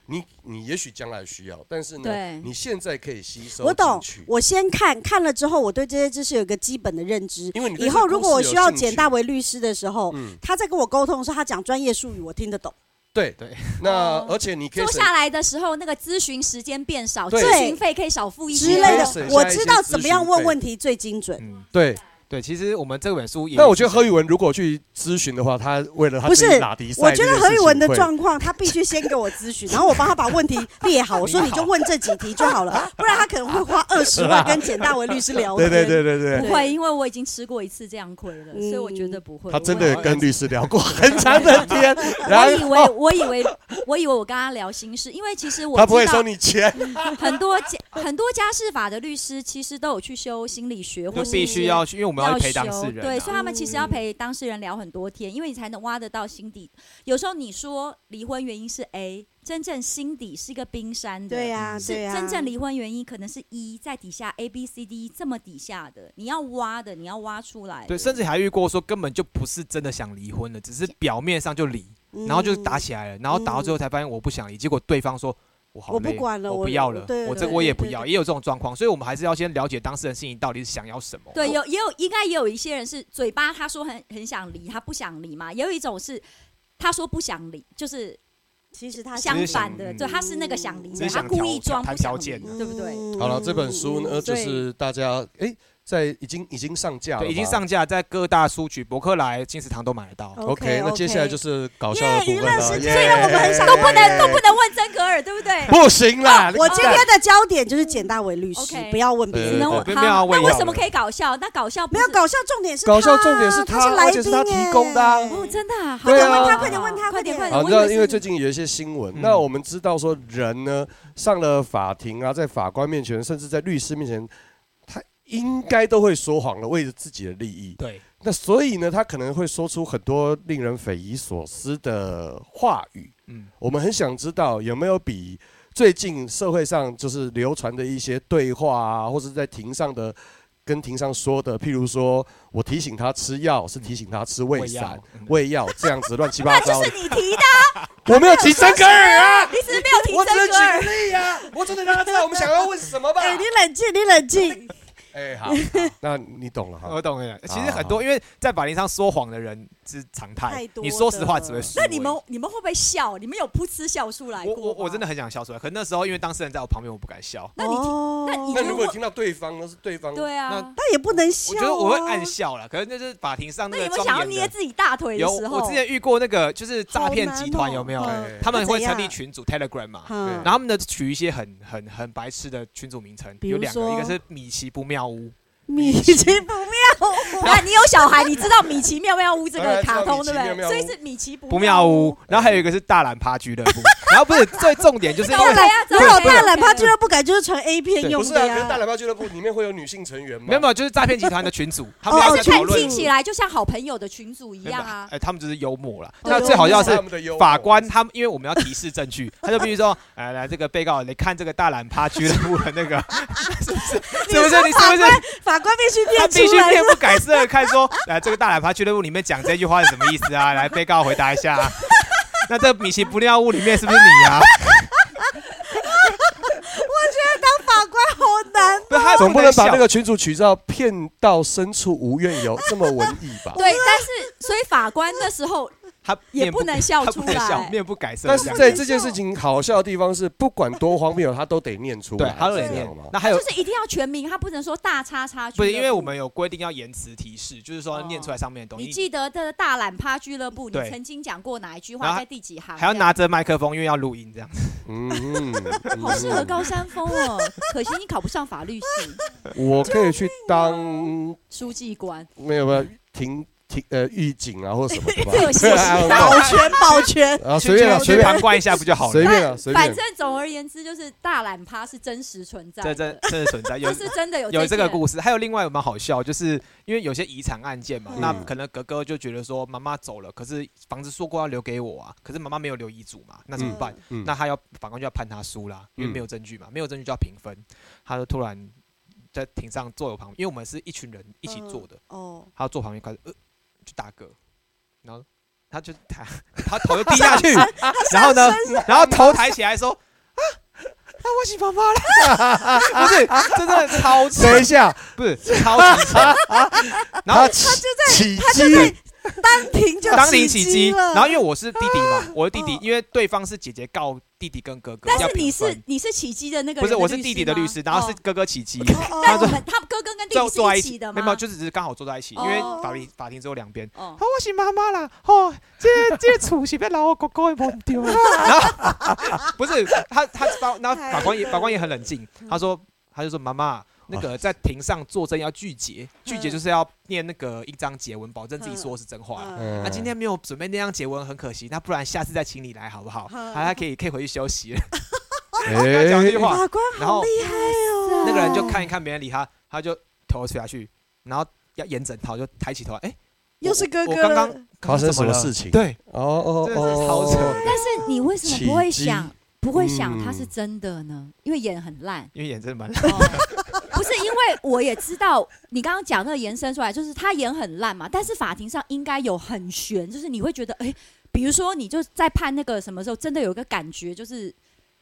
S3: 你你也许将来需要，但是呢
S6: 对，
S3: 你现在可以吸收
S4: 我懂
S3: 进去，
S4: 我先看看了之后，我对这些知识有一个基本的认知。
S3: 因为你对
S4: 以
S3: 这
S4: 后
S3: 个
S4: 如
S3: 故
S4: 果
S3: 事有
S4: 我需要
S3: 兴
S4: 简
S3: 趣
S4: 大为律师的时候，
S3: 嗯，
S4: 他在跟我沟通的时候，他讲专业术语，我听得懂。
S3: 对
S5: 对，
S3: 那
S6: 哦
S3: 而且你可以
S6: 坐
S3: 省
S6: 下来的时候，那个咨询时间变少，
S3: 对
S6: 咨询费可以少付一
S4: 之
S6: 些
S4: 类
S3: 可以省
S4: 的，
S3: 下
S4: 我
S3: 一
S4: 知
S3: 些
S4: 道
S3: 咨
S4: 怎么
S3: 询
S4: 样问
S3: 费
S4: 问题最精准。
S5: 嗯，
S3: 对。
S5: 对，其实我们这本书也，
S3: 但我觉得何宇文如果去咨询的话，他为了他自己
S4: 不是
S3: 打迪赛
S4: 我觉得
S3: 这件
S4: 何宇文的
S3: 事情会
S4: 状况，他必须先给我咨询，然后我帮他把问题列 好。我说你就问这几题就好了，不然他可能会花二十万跟简大为律师聊
S3: 对
S4: 天。
S3: 对对对对，
S6: 不会，因为我已经吃过一次这样亏了，所
S4: 嗯
S6: 以我觉得不会。
S3: 他真
S6: 我
S3: 的 跟律师 聊过很长的 天，
S6: 我
S3: 然
S6: 以为
S3: 后
S6: 我以为我以为我跟他聊心事，因为其实我
S3: 他不会
S6: 知道
S3: 收你钱，
S4: 嗯
S6: 很多家很多家事法的律师其实都有去修心理学，或
S5: 就是必
S6: 一
S5: 须
S6: 些
S5: 要去，因为我们要
S6: 要
S5: 陪当事
S6: 修
S5: 人啊。
S6: 对，所以他们其实要
S4: 嗯
S6: 陪当事人聊很多天，因为你才能挖得到心底。有时候你说离婚原因是 A，真正心底是一个冰山的。
S4: 对呀，
S6: 是
S4: 对呀，
S6: 真正离婚原因可能是一、在底下 A B C D 这么底下的，你要挖的，你要挖出来的。
S5: 对，甚至还遇过说根本就不是真的想离婚的，只是表面上就离，
S4: 嗯，
S5: 然后就打起来了，然后打到最后才发现我不想离，结果对方说我好
S4: 我不
S5: 累
S4: 管了
S5: 我
S4: 我
S5: 不要
S4: 我
S5: 了
S4: 对，
S5: 我这
S4: 对
S5: 我也
S4: 对
S5: 不
S4: 对
S5: 要，
S4: 对
S5: 也有这种状况，所以我们还是要先了解当事人心里到底是想要什么。
S6: 对，有也有应该也有一些人是嘴巴他说很很想离，他不想离嘛，也有一种是。他说不想离，就是
S4: 其实他
S6: 相
S5: 只是想
S6: 反的，
S5: 嗯
S6: 就他是那个想离
S4: 只
S6: 的，
S4: 是
S6: 他
S5: 想
S6: 故意
S5: 调
S6: 装
S5: 谈
S6: 不
S5: 条
S6: 想离，
S5: 件
S4: 嗯
S6: 对不对？
S3: 好了，这本书呢，
S4: 所
S3: 就
S4: 以
S3: 是大家哎，在已经已经上架了吧，
S5: 对，已经上架在各大书局、博客来、金石堂都买得
S4: 哦
S5: 到。
S3: OK，那接下来就是是搞笑的部分
S4: 耶娱乐
S3: 了，
S4: 世界
S3: 耶
S4: 所以呢我们很想
S6: 哎都不能都不能问真格尔，对不对？
S5: 哎
S3: 不行啦，
S4: 哦我今天的焦点就是简大为律师，
S6: OK
S4: 不要问别
S3: 对
S6: 只
S4: 人
S6: 能
S3: 对
S6: 我
S5: 对
S6: 好
S5: 没有啊我
S6: 那
S5: 也
S6: 为
S5: 要
S6: 什么
S5: 了
S6: 可以搞笑？那搞笑不
S4: 没
S6: 是
S4: 有搞笑，重点是
S3: 搞笑
S4: 他
S3: 重点是
S4: 他
S3: 他
S4: 是来
S3: 而且是
S4: 宾
S3: 他提供的啊
S4: 耶
S6: 哦，真的啊，
S3: 对啊
S6: 好搞笑
S4: 快点问他
S6: 快
S4: 快
S6: 点快
S4: 点
S6: 点！
S4: 问他
S3: 好，
S6: 我以
S3: 那
S6: 是
S3: 因为最近有一些新闻，
S5: 嗯
S3: 那我们知道说人呢上了法庭啊，在法官面前，甚至在律师面前，他应该都会说谎了，为了自己的利益。
S5: 对，
S3: 那所以呢，他可能会说出很多令人匪夷所思的话语。
S5: 嗯，
S3: 我们很想知道有没有比最近社会上就是流传的一些对话啊，或是在庭上的跟庭上说的，譬如说我提醒他吃药，是提醒他吃胃散
S5: 药、嗯
S3: 胃药这样子乱七八
S6: 那 就
S3: 糟的
S6: 是。你提的，
S3: 我没有提真格尔啊，
S6: 你只是没有
S3: 我
S6: 提
S3: 只是
S6: 真格尔
S3: 举。个例啊，我只能让他知道我们想要问什么吧。
S4: 哎，你冷静，你冷静，
S3: 哎，好，好那你懂了哈。
S5: 我懂了。其
S3: 好
S5: 实很多，因为在法庭上说谎的人是常态
S4: 太，多
S5: 你说实话只
S4: 的
S5: 会输
S6: 那
S5: 而已。
S6: 你们你们会不会笑？你们有噗嗤笑出来
S5: 我
S6: 过
S5: 我我
S6: 吗
S5: 真的。很想笑出来，可那时候因为当事人在我旁边，我不敢笑。
S6: 那你提
S4: 哦
S6: 那你
S3: 那如果听到对方呢？是对方
S6: 对啊，
S4: 他也不能笑
S5: 我
S4: 啊，
S5: 觉得我会暗笑了，可是那是法庭上
S6: 那
S5: 那
S6: 有
S5: 个
S6: 没有想要
S5: 庄
S6: 捏
S5: 严的。
S6: 自己大腿的
S5: 有，
S6: 时候？
S5: 我之前遇过那个就是诈
S4: 好
S5: 骗
S4: 难
S5: 集团
S4: 哦
S5: 有没有？
S4: 嗯
S5: 他们会成
S4: 那
S5: 立
S4: 怎样
S5: 群组 Telegram 嘛？
S4: 嗯
S5: 然后他们呢取一些很很很白痴的群组名称，
S4: 比
S5: 有
S4: 如
S5: 两个，
S4: 说
S5: 一个是米奇不妙屋，
S4: 米奇不妙，
S6: 那你有小孩， 你知道米奇妙妙屋这
S3: 当
S5: 哎
S6: 个
S3: 然知道
S6: 卡通
S3: 米奇
S6: 对不
S3: 妙
S6: 对？
S3: 妙屋
S6: 所以是米奇
S5: 不
S6: 不
S5: 妙
S6: 妙
S5: 屋。，然后还有一个是大懒趴俱乐部，然后不是最重点就是因
S6: 对
S5: 为
S6: 啊
S4: 如果大懒趴俱
S6: 对啊
S4: 乐部感觉就是传 A 片
S5: 对
S4: 用
S3: 不是啊，
S4: 的
S3: 可是大
S4: 呀。
S3: 喇叭俱乐部里面会有女性成员吗？
S5: 没有没有，就是诈骗集团的群主，他们
S4: 哦
S5: 要
S6: 但
S5: 在
S6: 是
S5: 讨
S6: 看
S5: 论
S6: 听起来就像好朋友的群组一样啊。
S5: 哎，他们就是幽默啦。
S4: 对
S5: 那最好笑
S3: 这是
S5: 的
S3: 他
S5: 是
S3: 们的幽默
S5: 法官他们，因为我们要提示证据，他就必须说，哎，来这个被告，你看这个大懒趴俱乐部的那个，是不是？是不是？你是不是？
S4: 法官必须
S5: 他
S4: 变
S5: 必
S4: 出
S5: 须
S4: 来
S5: 面，不改色的看说，来这个大懒趴俱乐部里面讲这句话是什么意思啊？来，被告回答一下、啊。那这米奇不尿屋里面是不是 你啊？
S4: 法官好难。
S6: 哦
S5: 不是，他
S3: 总不能把
S5: 笑
S3: 那个群主取照骗到深处无怨尤，这么文艺
S5: 哎
S3: 吧？
S6: 对，啊但是所以法官那时候
S5: 他
S6: 也
S5: 面
S6: 不能笑
S5: 他
S6: 出
S5: 不能笑
S6: 来
S5: 面不改色
S3: 但
S5: 的讲
S3: 是
S5: 这个。
S3: 在这件事情好笑的地方是，不管多荒谬，他都得念出来，
S5: 对，他有点
S3: 是这啊样
S5: 念
S3: 吗。
S5: 那还有
S6: 就是一定要全名，他不能说大叉叉俱乐部。
S5: 呃不是因为我们有规定要言辞提示，就是说念出来上面的东
S6: 哦你
S5: 西，
S6: 记得的大懒趴俱乐部，你
S5: 对
S6: 曾经讲过哪一句
S5: 然
S6: 话
S5: 后
S6: 在第几行？
S5: 还要
S6: 这样
S5: 拿着麦克风，因为要录音这样。
S3: 嗯，嗯
S6: 好适合高山峰哦，可惜你考不上 法律系，
S3: 我可以去当
S6: 书记 官。
S5: 啊
S3: 没有没有停停呃狱警啊或什 么的吧？
S6: 特写
S3: 对啊
S4: 保全，保全，
S3: 啊，随便啊，
S5: 去
S3: 随
S5: 去
S3: 便
S5: 旁观一下不就好
S3: 随
S5: 了？
S3: 便啊，随
S6: 反
S3: 便。
S6: 正总而言之，就是大懒趴是真实存在的，
S5: 这真真的存在，有
S6: 就是真的有
S5: 有这个
S6: 事。
S5: 故事，还有另外有蛮好笑，就是因为有些遗产案件嘛，
S6: 嗯
S5: 那可能哥哥就觉得说妈妈走了，可是房子说过要留给我啊，可是妈妈没有留遗嘱嘛，那怎么办？
S3: 嗯
S5: 那他要法官就要判他输啦，因为
S3: 嗯
S5: 没有证据嘛，没有证据就要评分，他就突然在庭上坐我旁边，因为我们是一群人一起坐的，
S4: 哦，
S5: 他坐旁边开始呃就打嗝，然后他就他他头就低下去，然后呢，然后头抬起来说。啊，啊我喜欢妈妈 了，不是，真的超扯，
S3: 等一下，
S5: 不是超级扯，然后
S3: 他起起机，
S4: 当庭就
S5: 当庭起
S4: 起
S5: 机，
S4: 了。
S5: 然后因为我是弟弟嘛，我是弟弟
S4: 哦，
S5: 因为对方是姐姐告弟弟跟哥
S6: 嗯
S5: 哥，
S6: 但
S5: 要
S6: 是
S5: 平
S6: 你是
S5: 分
S6: 你是起鸡的那个
S5: 不
S6: 人
S5: 是
S6: 吗，
S5: 我是弟弟的律师，然后是
S6: 哦
S5: 哥哥起机，
S4: 哦
S6: 但我
S5: 是
S6: 们他哥哥跟弟
S5: 坐
S6: 弟
S5: 坐在
S6: 是
S5: 一
S6: 一
S5: 起
S6: 起的
S5: 没
S6: 吗？
S5: 有，就只是刚好坐在一起，因为
S6: 哦
S5: 法律法庭只有两边。
S6: 哦
S5: 啊，我是妈妈啦，哦，这这厝是要留我哥哥的忘掉啦。 然后不是他他法，然后法官也法官也很冷静，
S6: 嗯
S5: 他说他就说妈妈。那
S6: 啊
S5: 个在庭上作证要拒绝，拒
S6: 嗯
S5: 绝就是要念那个一张结文，保证自己说的是真话啦。
S3: 嗯
S4: 嗯
S5: 啊那、今天没有准备那张结文很可惜，那不然下次再请你来好不好？
S4: 嗯
S5: 好，他可以可以回去 休息了。
S3: 哎
S5: 讲这句话
S4: 法官
S5: 然后
S4: 好厉害哦，
S5: 那个人就看一看，没人理他，他就头垂下去，然后要沿枕头就抬起头来，哎、
S4: 又是哥
S5: 我
S4: 哥
S5: 刚刚
S4: 了，
S3: 发生什么
S5: 怎了
S3: 事情
S5: 对，
S3: 哦哦
S5: 真的是超扯
S3: 哦，
S6: 但是你为什么不会
S3: 起鸡
S6: 想不会想他
S3: 嗯
S6: 是真的呢？因为演很烂。
S5: 因为眼真的蛮
S6: 哦，不是因为我也知道你刚刚讲那个延伸出来，就是他演很烂嘛，但是法庭上应该有很悬，就是你会觉得，哎、比如说你就在判那个什么时候，真的有一个感觉，就是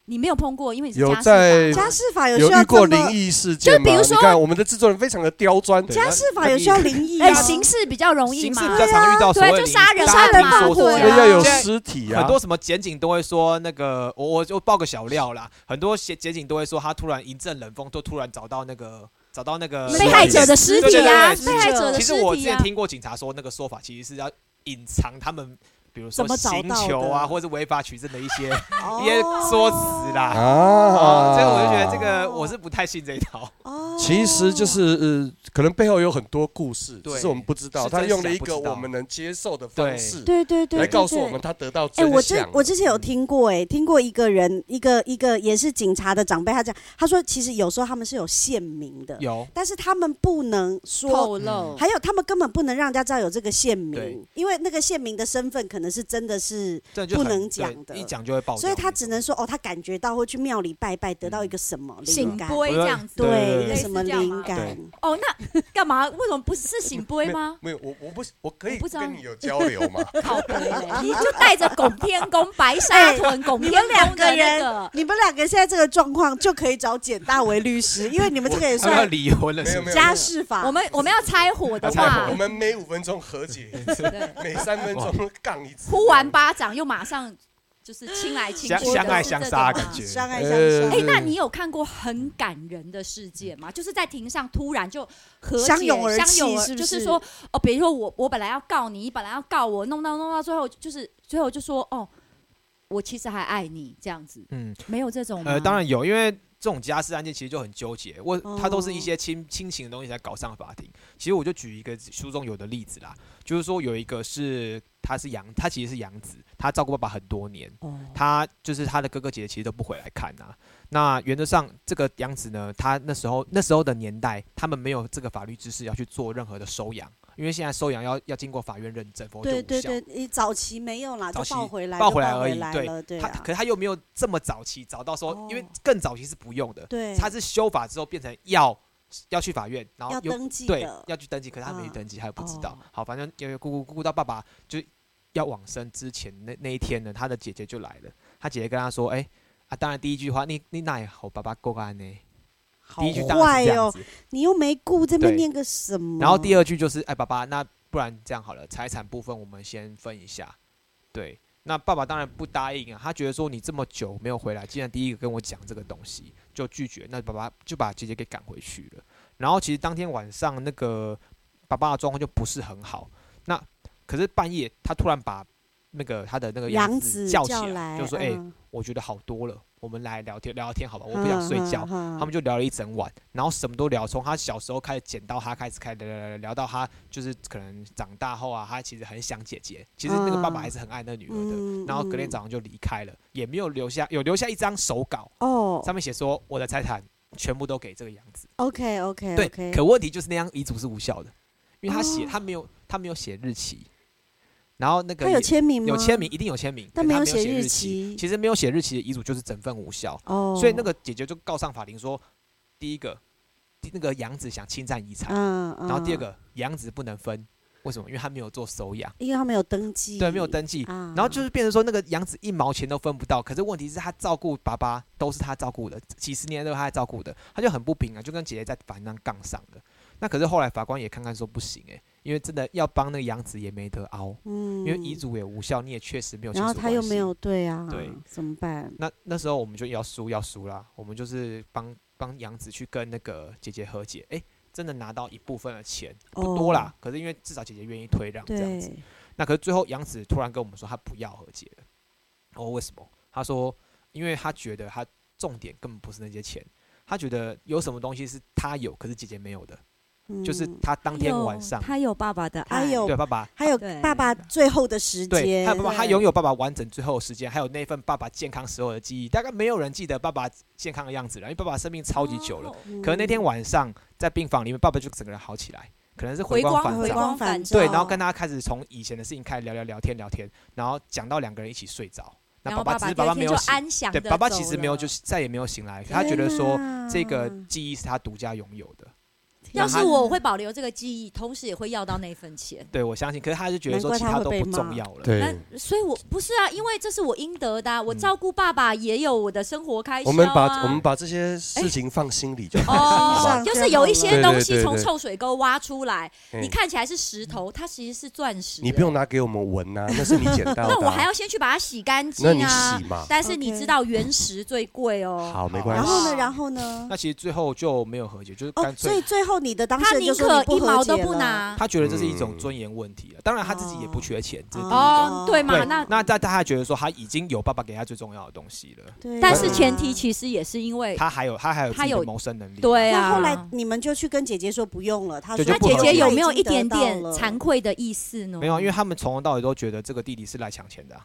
S6: 你没有碰过，因为你是
S3: 有
S6: 家事
S3: 在
S6: 法
S4: 家事法有
S3: 有
S4: 需要
S3: 遇
S4: 这
S3: 过
S4: 么
S3: 灵异事件
S6: 就比
S3: 吗？
S6: 如
S3: 你
S6: 说
S3: 看我们的制作人非常的刁钻，
S5: 对
S4: 家事法有需要灵异吗，啊
S6: 哎、刑事比较容易
S5: 刑
S6: 嘛
S5: 事，比较常遇到所
S6: 对啊
S5: 谓
S6: 就
S5: 你
S6: 杀人
S5: 大家
S4: 杀人
S5: 听说
S4: 放火
S5: 是
S3: 因为
S5: 这样
S3: 要有
S5: 现在
S3: 尸体啊，
S5: 很多什么检警都会说那个，我我就爆个小料啦，很多检检警都会说他突然一阵冷风，就突然找到那个找到那个
S6: 被害者的尸体啊，
S5: 对对对
S6: 被害者的
S5: 其实
S6: 尸
S5: 我之
S6: 体
S5: 前
S6: 啊。
S5: 听过警察说，那个说法其实是要隐藏他们，比如说
S4: 怎么找
S5: 行
S4: 到
S5: 求啊，
S4: 的
S5: 或者是违法取证的一些
S4: 哦
S5: 一些说辞啦。
S3: 啊
S5: 哦，这个我就觉得这个我是不太信这一套。
S4: 哦
S3: 其实就是呃，可能背后有很多故事，
S5: 对
S3: 只是我们不知道。
S5: 是
S3: 他
S5: 真
S3: 用
S5: 假
S3: 了一
S5: 不
S3: 个
S5: 知道
S3: 我们能接受的方式
S4: 对对对，
S3: 来
S4: 对
S3: 告诉
S4: 对
S3: 我们他得到
S4: 哎、
S3: 真
S4: 我之
S3: 相。
S4: 我之前有听过、哎，听过一个人，一个一个也是警察的长辈，他讲，他说其实有时候他们是有县名的，
S5: 有
S4: 但是他们不能说，
S6: 透露，
S4: 还有他们根本不能让人家知道有这个县
S5: 对
S4: 名，因为那个县名的身份可能是真的是，
S5: 这就
S4: 不
S5: 很
S4: 能
S5: 对
S4: 讲的
S5: 一讲就会爆掉那种。嗯
S4: 所以他只能说哦，他感觉到会去庙里拜拜，得到一个什么灵
S6: 醒
S4: 感，
S6: 波这样子，
S5: 对
S4: 对，
S5: 类
S4: 一个
S5: 似
S4: 什么
S6: 这样吗
S4: 灵感，
S6: 哦，那干嘛？为什么不是是醒波
S3: 没有
S6: 吗？
S3: 没有，我我不我可以
S6: 我不知道
S3: 跟你有交流 嘛？
S6: 靠背嘞，你就带着拱天宫、白沙屯、拱
S4: 哎你
S6: 天
S4: 们两
S6: 宫
S4: 个
S6: 的
S4: 人
S6: 那个，
S4: 你们两个现在这个状况就可以找简大为律 师，因为你们这个也
S5: 他们要
S4: 算
S5: 离婚了，
S3: 没
S5: 是
S3: 有
S5: 不
S3: 没
S5: 是？
S3: 有，
S4: 家事法，啊
S6: 我们我们要拆伙的
S5: 要拆
S6: 话
S5: 伙
S3: 我，们每五分钟和解一次，
S6: 对，
S3: 每三分钟杠一次。
S6: 呼完巴掌又马上就是亲来亲
S5: 相
S6: 去的，
S5: 相爱
S6: 是
S5: 相
S6: 这
S5: 杀的
S6: 种
S5: 感
S6: 吗
S5: 觉。
S4: 相爱相
S3: 呃，
S4: 杀
S6: 哎、那你有看过很感人的事件吗？就是在庭上突然就和解，
S4: 相
S6: 相
S4: 拥而泣
S6: 拥
S4: 是不
S6: 就是是说，哦，比如说我我本来要告你，你本来要告我，弄到弄到最后，就是最后就说，哦，我其实还爱你这样子，
S5: 嗯，
S6: 没有这种吗
S5: 呃，当然有，因为这种家事案件其实就很纠结，我
S4: 哦
S5: 它都是一些亲亲情的东西才搞上法庭。其实我就举一个书中有的例子啦，就是说有一个是他是养，他其实是养子，他照顾爸爸很多年，
S4: 哦，
S5: 他就是他的哥哥姐姐其实都不回来看啊。那原则上，这个养子呢，他那时候那时候的年代，他们没有这个法律知识要去做任何的收养，因为现在收养要要经过法院认证，否则就
S4: 对
S5: 无效。
S4: 对对，你早期没有啦，就
S5: 早期
S4: 抱回来，
S5: 抱
S4: 就
S5: 回来
S4: 抱
S5: 而
S4: 回
S5: 已
S4: 来
S5: 对
S4: 了，对
S5: 他
S4: 啊
S5: 可，是他又没有这么早期找到说，因为
S4: 哦
S5: 更早期是不用的，
S4: 对，
S5: 他是修法之后变成要要去法院，然后
S4: 要
S5: 又
S4: 登记
S5: 对
S4: 的，
S5: 要去登记，可是他没
S4: 嗯
S5: 登记，他也不知道
S4: 哦。
S5: 好，反正因为姑姑姑姑到爸爸就要往生之前那那一天呢，他的姐姐就来了，他姐姐跟他说，哎、啊，当然第一句话，你你哪也好，爸爸过安呢？
S4: 好
S5: 第一句当然
S4: 坏
S5: 是这样
S4: 哦，
S5: 子，
S4: 你又没顾这边
S5: 对
S4: 念个什么，
S5: 然后第二句就是，哎、爸爸，那不然这样好了，财产部分我们先分一下。对，那爸爸当然不答应啊，他觉得说你这么久没有回来，既然第一个跟我讲这个东西，就拒绝，那爸爸就把姐姐给赶回去了。然后其实当天晚上那个爸爸的状况就不是很好，那可是半夜他突然把那个他的那个
S4: 杨
S5: 子
S4: 子
S5: 叫起
S4: 叫
S5: 来，
S4: 来，
S5: 就说，哎、
S4: 嗯
S5: 我觉得好多了，我们来聊天聊聊天好吧，我不想睡觉。，
S4: 他
S5: 他们就聊了一整晚，然后什么都聊，从他小时候开始剪刀，他开始开始聊聊聊聊到他就是可能长大后啊，他其实很想姐姐，其实那个爸爸还是很爱那女儿的。
S4: 嗯
S5: 然后隔天早上就离开了，也没有留下有留下一张手稿，
S4: 哦
S5: 上面写说我的财产全部都给这个养子。
S4: ，OK OK
S5: 对
S4: 哦 OK，
S5: 可问题就是那张遗嘱是无效的，因为他写、
S4: 哦
S5: 他没有他没有写日期，然后那个
S4: 他有
S5: 也
S4: 签名吗？
S5: 有签名，，一定有签名，
S4: 但
S5: 可是
S4: 没
S5: 他
S4: 有
S5: 没有
S4: 写
S5: 写
S4: 日
S5: 期
S4: 期
S5: 其实没有写日期的遗嘱就是整份无效。
S4: 哦，
S5: 所以那个姐姐就告上法庭说，第一个，第那个养子想侵占遗产，
S4: 嗯，嗯，
S5: 然后第二个养子不能分，为什么？因为他没有做收养，
S4: 因为他没有登记，
S5: 对，没有登记。
S4: 啊，
S5: 然后就是变成说，那个养子一毛钱都分不到。可是问题是，他照顾爸爸都是他照顾的，几十年都是他照顾的，他就很不平啊，就跟姐姐在法庭上杠上了。那可是后来法官也看看说不行诶、因为真的要帮那个养子也没得凹，
S4: 嗯，
S5: 因为遗嘱也无效，你也确实没有亲
S4: 然后
S5: 属
S4: 他
S5: 关
S4: 又
S5: 系
S4: 没有对啊，
S5: 对，
S4: 怎么办？
S5: 那那时候我们就要输要输啦，我们就是帮帮杨子去跟那个姐姐和解，哎、真的拿到一部分的钱，不多啦，可是因为至少姐姐愿意推让这样子。
S4: 哦对，
S5: 那可是最后杨子突然跟我们说他不要和解了，哦，为什么？他说，因为他觉得他重点根本不是那些钱，他觉得有什么东西是他有可是姐姐没有的，就是
S4: 嗯
S5: 他当天晚上
S6: 他有爸爸的
S4: 他
S6: 爱，
S4: 有
S5: 对爸爸
S4: 还有
S6: 对
S4: 爸爸最后的时
S5: 对，
S4: 间，
S5: 还有爸爸，他
S6: 对
S5: 拥有爸爸完整最后的时间，还有那份爸爸健康时候的记忆。大概没有人记得爸爸健康的样子了，因为爸爸生病超级久了。
S6: 哦
S4: 嗯
S5: 可能那天晚上在病房里面，爸爸就整个人好起来，可能是
S6: 回
S5: 光
S6: 光
S5: 返
S4: 回
S5: 照。
S4: 光返
S5: 对，
S4: 照
S5: 然后跟他开始从以前的事情开始聊聊聊天聊天，然后讲到两个人一起睡着。那
S6: 然后
S5: 爸
S6: 爸
S5: 只是
S6: 第二
S5: 爸
S6: 天
S5: 没有
S6: 就
S5: 醒，
S6: 安详
S5: 对，
S6: 地
S5: 爸爸
S6: 走
S5: 其实没有
S6: 了
S5: 就是再也没有醒来，他觉得说
S4: 天
S5: 这个
S4: 哪
S5: 记忆是他独家拥有的。
S6: 要
S5: 让
S6: 是
S5: 他
S6: 我，我会保留这个记忆，同时也会要到那份钱。
S5: 对我相信，可是他就觉得
S4: 难
S5: 说
S4: 怪
S5: 其
S4: 他
S5: 他
S4: 会
S5: 都
S4: 被
S5: 不重
S4: 骂
S5: 要了。
S3: 对，
S6: 那所以我，不是啊，因为这是我应得的啊、我
S5: 嗯
S6: 照顾爸爸也有我的生活开销、啊。
S3: 我们把我们把这些事情放心里就好。
S6: 哦，
S4: 心上
S6: 就是
S4: 就
S6: 有一
S4: 好
S6: 些
S3: 了
S6: 东西
S3: 对对对
S6: 从
S3: 对
S6: 臭水沟挖出来，
S3: 哎
S6: 你看起来是石头，它其实是钻石。
S3: 你不用拿给我们闻呐，那是你捡到
S6: 哎那
S3: 的
S6: 我还
S3: 啊。
S6: 要先去把它洗干净
S3: 那你
S6: 啊
S3: 洗。嘛。
S6: 但是你
S4: OK
S6: 知道原石最贵哦。
S3: 好，没
S5: 好
S3: 关
S4: 然
S3: 系。
S4: 后
S6: 哇
S4: 呢，然后呢
S5: 那？其实最后就没有和解，就是
S4: 哦
S5: 干，脆
S4: 所以最后你的当
S6: 他
S4: 事人
S6: 宁
S4: 就说
S6: 可
S4: 你
S6: 一毛
S4: 和
S6: 都
S4: 解
S6: 不
S4: 了，
S6: 拿。
S5: 他觉得这是一种
S3: 嗯
S5: 尊严问题了。啊当然他自己也不缺钱，这是第一个。
S6: 啊哦，对嘛，
S5: 对，
S6: 那
S5: 那但他还觉得说他已经有爸爸给他最重要的东西了，
S4: 对啊，
S6: 但是前提其实也是因为
S5: 他还有他还有自
S6: 他
S5: 己的
S6: 有
S5: 谋生能力。
S6: 对啊。
S4: 那后来你们就去跟姐姐说不用了，她
S5: 对就
S4: 说
S6: 那
S5: 不
S6: 姐
S5: 合
S6: 姐
S5: 理
S6: 有没有一点
S4: 她已经
S6: 点
S4: 得到了
S6: 惭愧的意思呢？
S5: 没有啊，因为他们从头到尾都觉得这个弟弟是来抢钱的啊、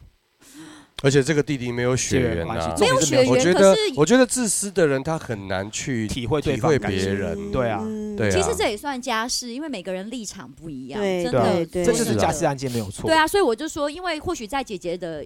S3: 而且这个弟弟没有血
S5: 血缘
S3: 缘
S5: 关系
S3: 啊，
S5: 没有
S6: 血缘
S3: 我觉
S6: 可
S3: 得
S6: 是，
S5: 啊
S3: 我觉得自私的人他很难去
S5: 体会对
S3: 体
S5: 方
S3: 会
S5: 的感
S3: 别
S5: 情
S3: 人。
S5: 对啊
S4: 嗯
S3: 对啊
S6: 其实这也算家事，因为每个人立场不一样，
S4: 对
S6: 真
S5: 对啊
S6: 的，
S4: 对
S5: 这就是
S6: 真的
S5: 家事案件没有错。
S6: 对，啊，所以我就说，因为或许在姐姐的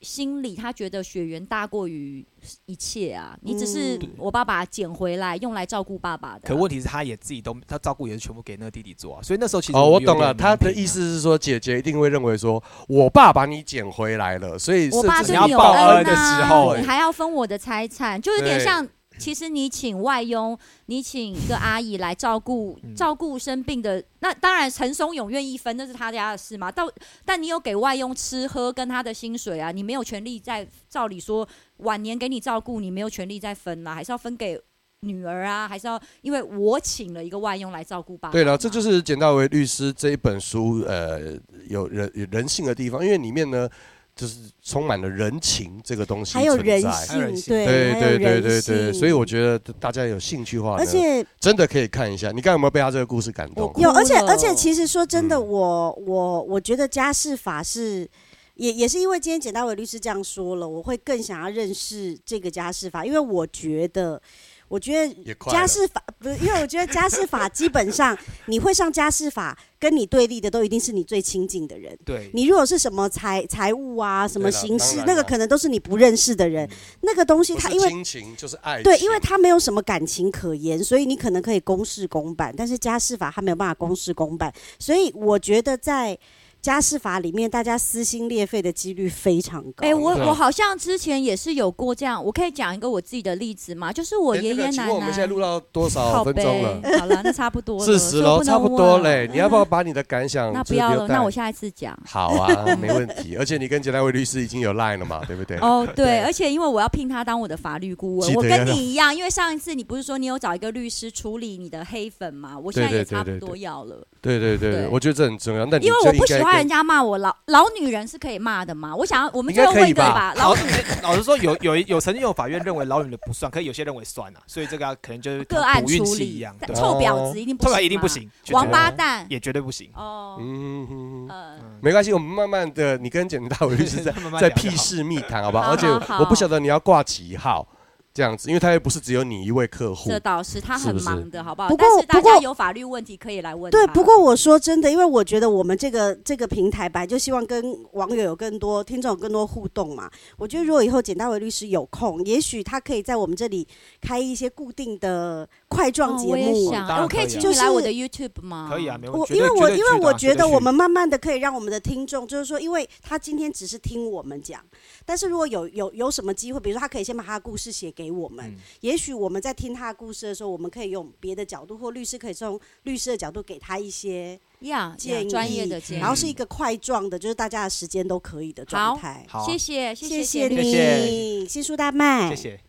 S6: 心里，她觉得血缘大过于一切啊。你只是
S4: 嗯
S6: 我爸爸捡回来用来照顾爸爸的啊、
S5: 可问题是他也自己都他照顾也是全部给那个弟弟做啊，所以那时候其实
S3: 哦，
S5: 们
S3: 我
S5: 有
S3: 懂
S5: 点
S3: 了，他
S5: 难
S3: 的
S5: 评
S3: 意
S5: 啊
S3: 思是说，姐姐一定会认为说，我爸把你捡回来了，所以
S6: 我
S3: 甚
S6: 爸
S3: 至
S6: 对
S5: 你要
S6: 有
S5: 报
S6: 恩
S5: 恩的时
S6: 啊
S5: 候
S6: 你还要分我的财产，就有点
S3: 对
S6: 像。其实你请外佣，你请一个阿姨来照顾
S5: 嗯
S6: 照顾生病的，那当然陈松勇愿意分，那是他家的事嘛。到但你有给外佣吃喝跟他的薪水啊，你没有权利在照理说晚年给你照顾，你没有权利再分啦，还是要分给女儿啊，还是要因为我请了一个外佣来照顾爸爸嘛。
S3: 对了，这就是是《简大为律师》这一本书，呃，有人有人性的地方，因为里面呢，就是充满了人情这个东西
S4: 还有
S3: 存
S4: 人
S3: 在。
S5: 还有人
S4: 性，
S5: 性
S4: 对，
S3: 对
S4: 还有
S3: 对对对
S4: 人
S3: 对，
S4: 性。
S3: 所以我觉得大家有兴趣的话呢，
S4: 而且
S3: 真的可以看一下。你刚有没有被他这个故事感动
S6: 我？
S4: 有，
S6: 哭
S4: 而且而且，
S6: 了
S4: 其实说真的，
S3: 嗯
S4: 我我我觉得家事法是。也也是因为今天简大伟律师这样说了，我会更想要认识这个家事法，因为我觉得，我觉得
S3: 也快
S4: 家
S3: 了
S4: 事法不是，因为我觉得家事法基本上你会上家事法，跟你对立的都一定是你最亲近的人。
S5: 对，
S4: 你如果是什么财财务啊，什么
S3: 对啦
S4: 形式
S3: 当，然
S4: 那个
S3: 啦嗯
S4: 可能都是你不认识的人。那个东西
S3: 不
S4: 它
S3: 是
S4: 因为
S3: 亲情就是爱情，
S4: 对，因为他没有什么感情可言，所以你可能可以公事公办，但是家事法他没有办法公事公办，所以我觉得在家事法里面，大家撕心裂肺的几率非常高。
S6: 哎、我
S3: 对啊
S6: 我好像之前也是有过这样，我可以讲一个我自己的例子吗？就是我
S3: 哎
S6: 爷
S3: 那个
S6: 爷
S3: 请
S6: 奶
S3: 问我们现
S6: 奶。
S3: 在录到多少哦分钟了？
S6: 呗好了，那差不多了，
S3: 四十
S6: 所以我
S3: 喽，
S6: 不能
S3: 差不多
S6: 问啊
S3: 嘞。你要不要把你的感想
S6: 那不
S3: 就是
S6: 要
S3: 留
S6: 了，
S3: 待
S6: 那我下一次讲。
S3: 好啊，没问题。而且你跟简大卫律师已经有 line 了嘛，对 不对？
S6: 哦，对，
S3: 对
S6: 而且因为我要聘他当我的法律顾问，
S3: 记得
S6: 我跟
S3: 要
S6: 你一样，因为上一次你不是说你有找一个律师处理你的黑粉嘛？我现在
S3: 对
S6: 也
S3: 对对
S6: 差不
S3: 对
S6: 多要了，
S3: 对对对
S6: 对
S3: 我觉得这很重要。那你
S6: 因为
S3: 就
S6: 我
S3: 应
S6: 不喜
S3: 该
S6: 欢
S3: 跟
S6: 人家骂我老老女人是可以骂的嘛。我想要我们
S3: 应该
S6: 最后
S3: 可
S6: 问
S3: 以
S6: 一个
S3: 吧
S6: 吧，
S5: 老
S6: 老
S5: 老实说，有有有曾经有法院认为老女人不算，可以有些认为算啊，所以这个要可能就是
S6: 哦个案
S5: 赌运
S6: 处
S5: 气一
S6: 理
S5: 样，，对
S6: 但臭
S3: 哦
S6: 婊子一定不
S5: 特
S6: 行嘛，
S5: 别一定不行，绝对
S6: 王八蛋
S5: 也绝对不行。
S6: 哦，
S3: 嗯嗯，嗯嗯
S6: 呃，
S5: 嗯
S3: 没关系，我们慢慢的，你跟简大卫律师在
S5: 慢慢
S3: 在
S5: 聊就
S3: 屁
S5: 好
S3: 事密谈，好不好？
S6: 好
S3: 而且
S6: 好
S3: 我不晓得你要挂几号这样子，因为他又不是只有你一位客户
S6: 这。倒是他
S3: 嗯是
S6: 很
S3: 不是
S6: 忙的，好不好？
S4: 不
S6: 但
S4: 过
S6: 是大
S4: 不过
S6: 家有法律问题可以来问
S4: 对，
S6: 他
S4: 不过我说真的，因为我觉得我们这个这个平台本来就希望跟网友有更多、听众有更多互动嘛。我觉得如果以后简大为律师有空，也许他可以在我们这里开一些固定的块状
S6: 哦
S4: 节
S6: 我也
S4: 目。
S6: 想，
S5: 当然
S6: 我可以
S5: 可以
S6: 请
S5: 啊
S6: 你来
S4: 就是
S6: 我的 YouTube 吗？
S5: 可以啊，没问
S4: 我
S5: 题。
S4: 因为我因为我觉得我们
S5: 们
S4: 慢慢的可以让我们的听众，就是说，因为他今天只是听我们讲，但是如果有有有什么机会，比如说他可以先把他的故事写给我们，
S5: 嗯
S4: 也许我们在听他的故事的时候，我们可以用别的角度，或律师可以从律师的角度给他一些
S6: 呀，
S4: 建
S6: 呀
S4: 议，
S6: 专业的建议
S4: 然后。是一个块状的，就是大家的时间都可以的状态。
S5: 好啊，
S6: 谢谢，
S4: 谢
S6: 谢
S4: 谢
S6: 你
S5: 谢
S4: 你，谢谢舒大麦，
S5: 谢谢。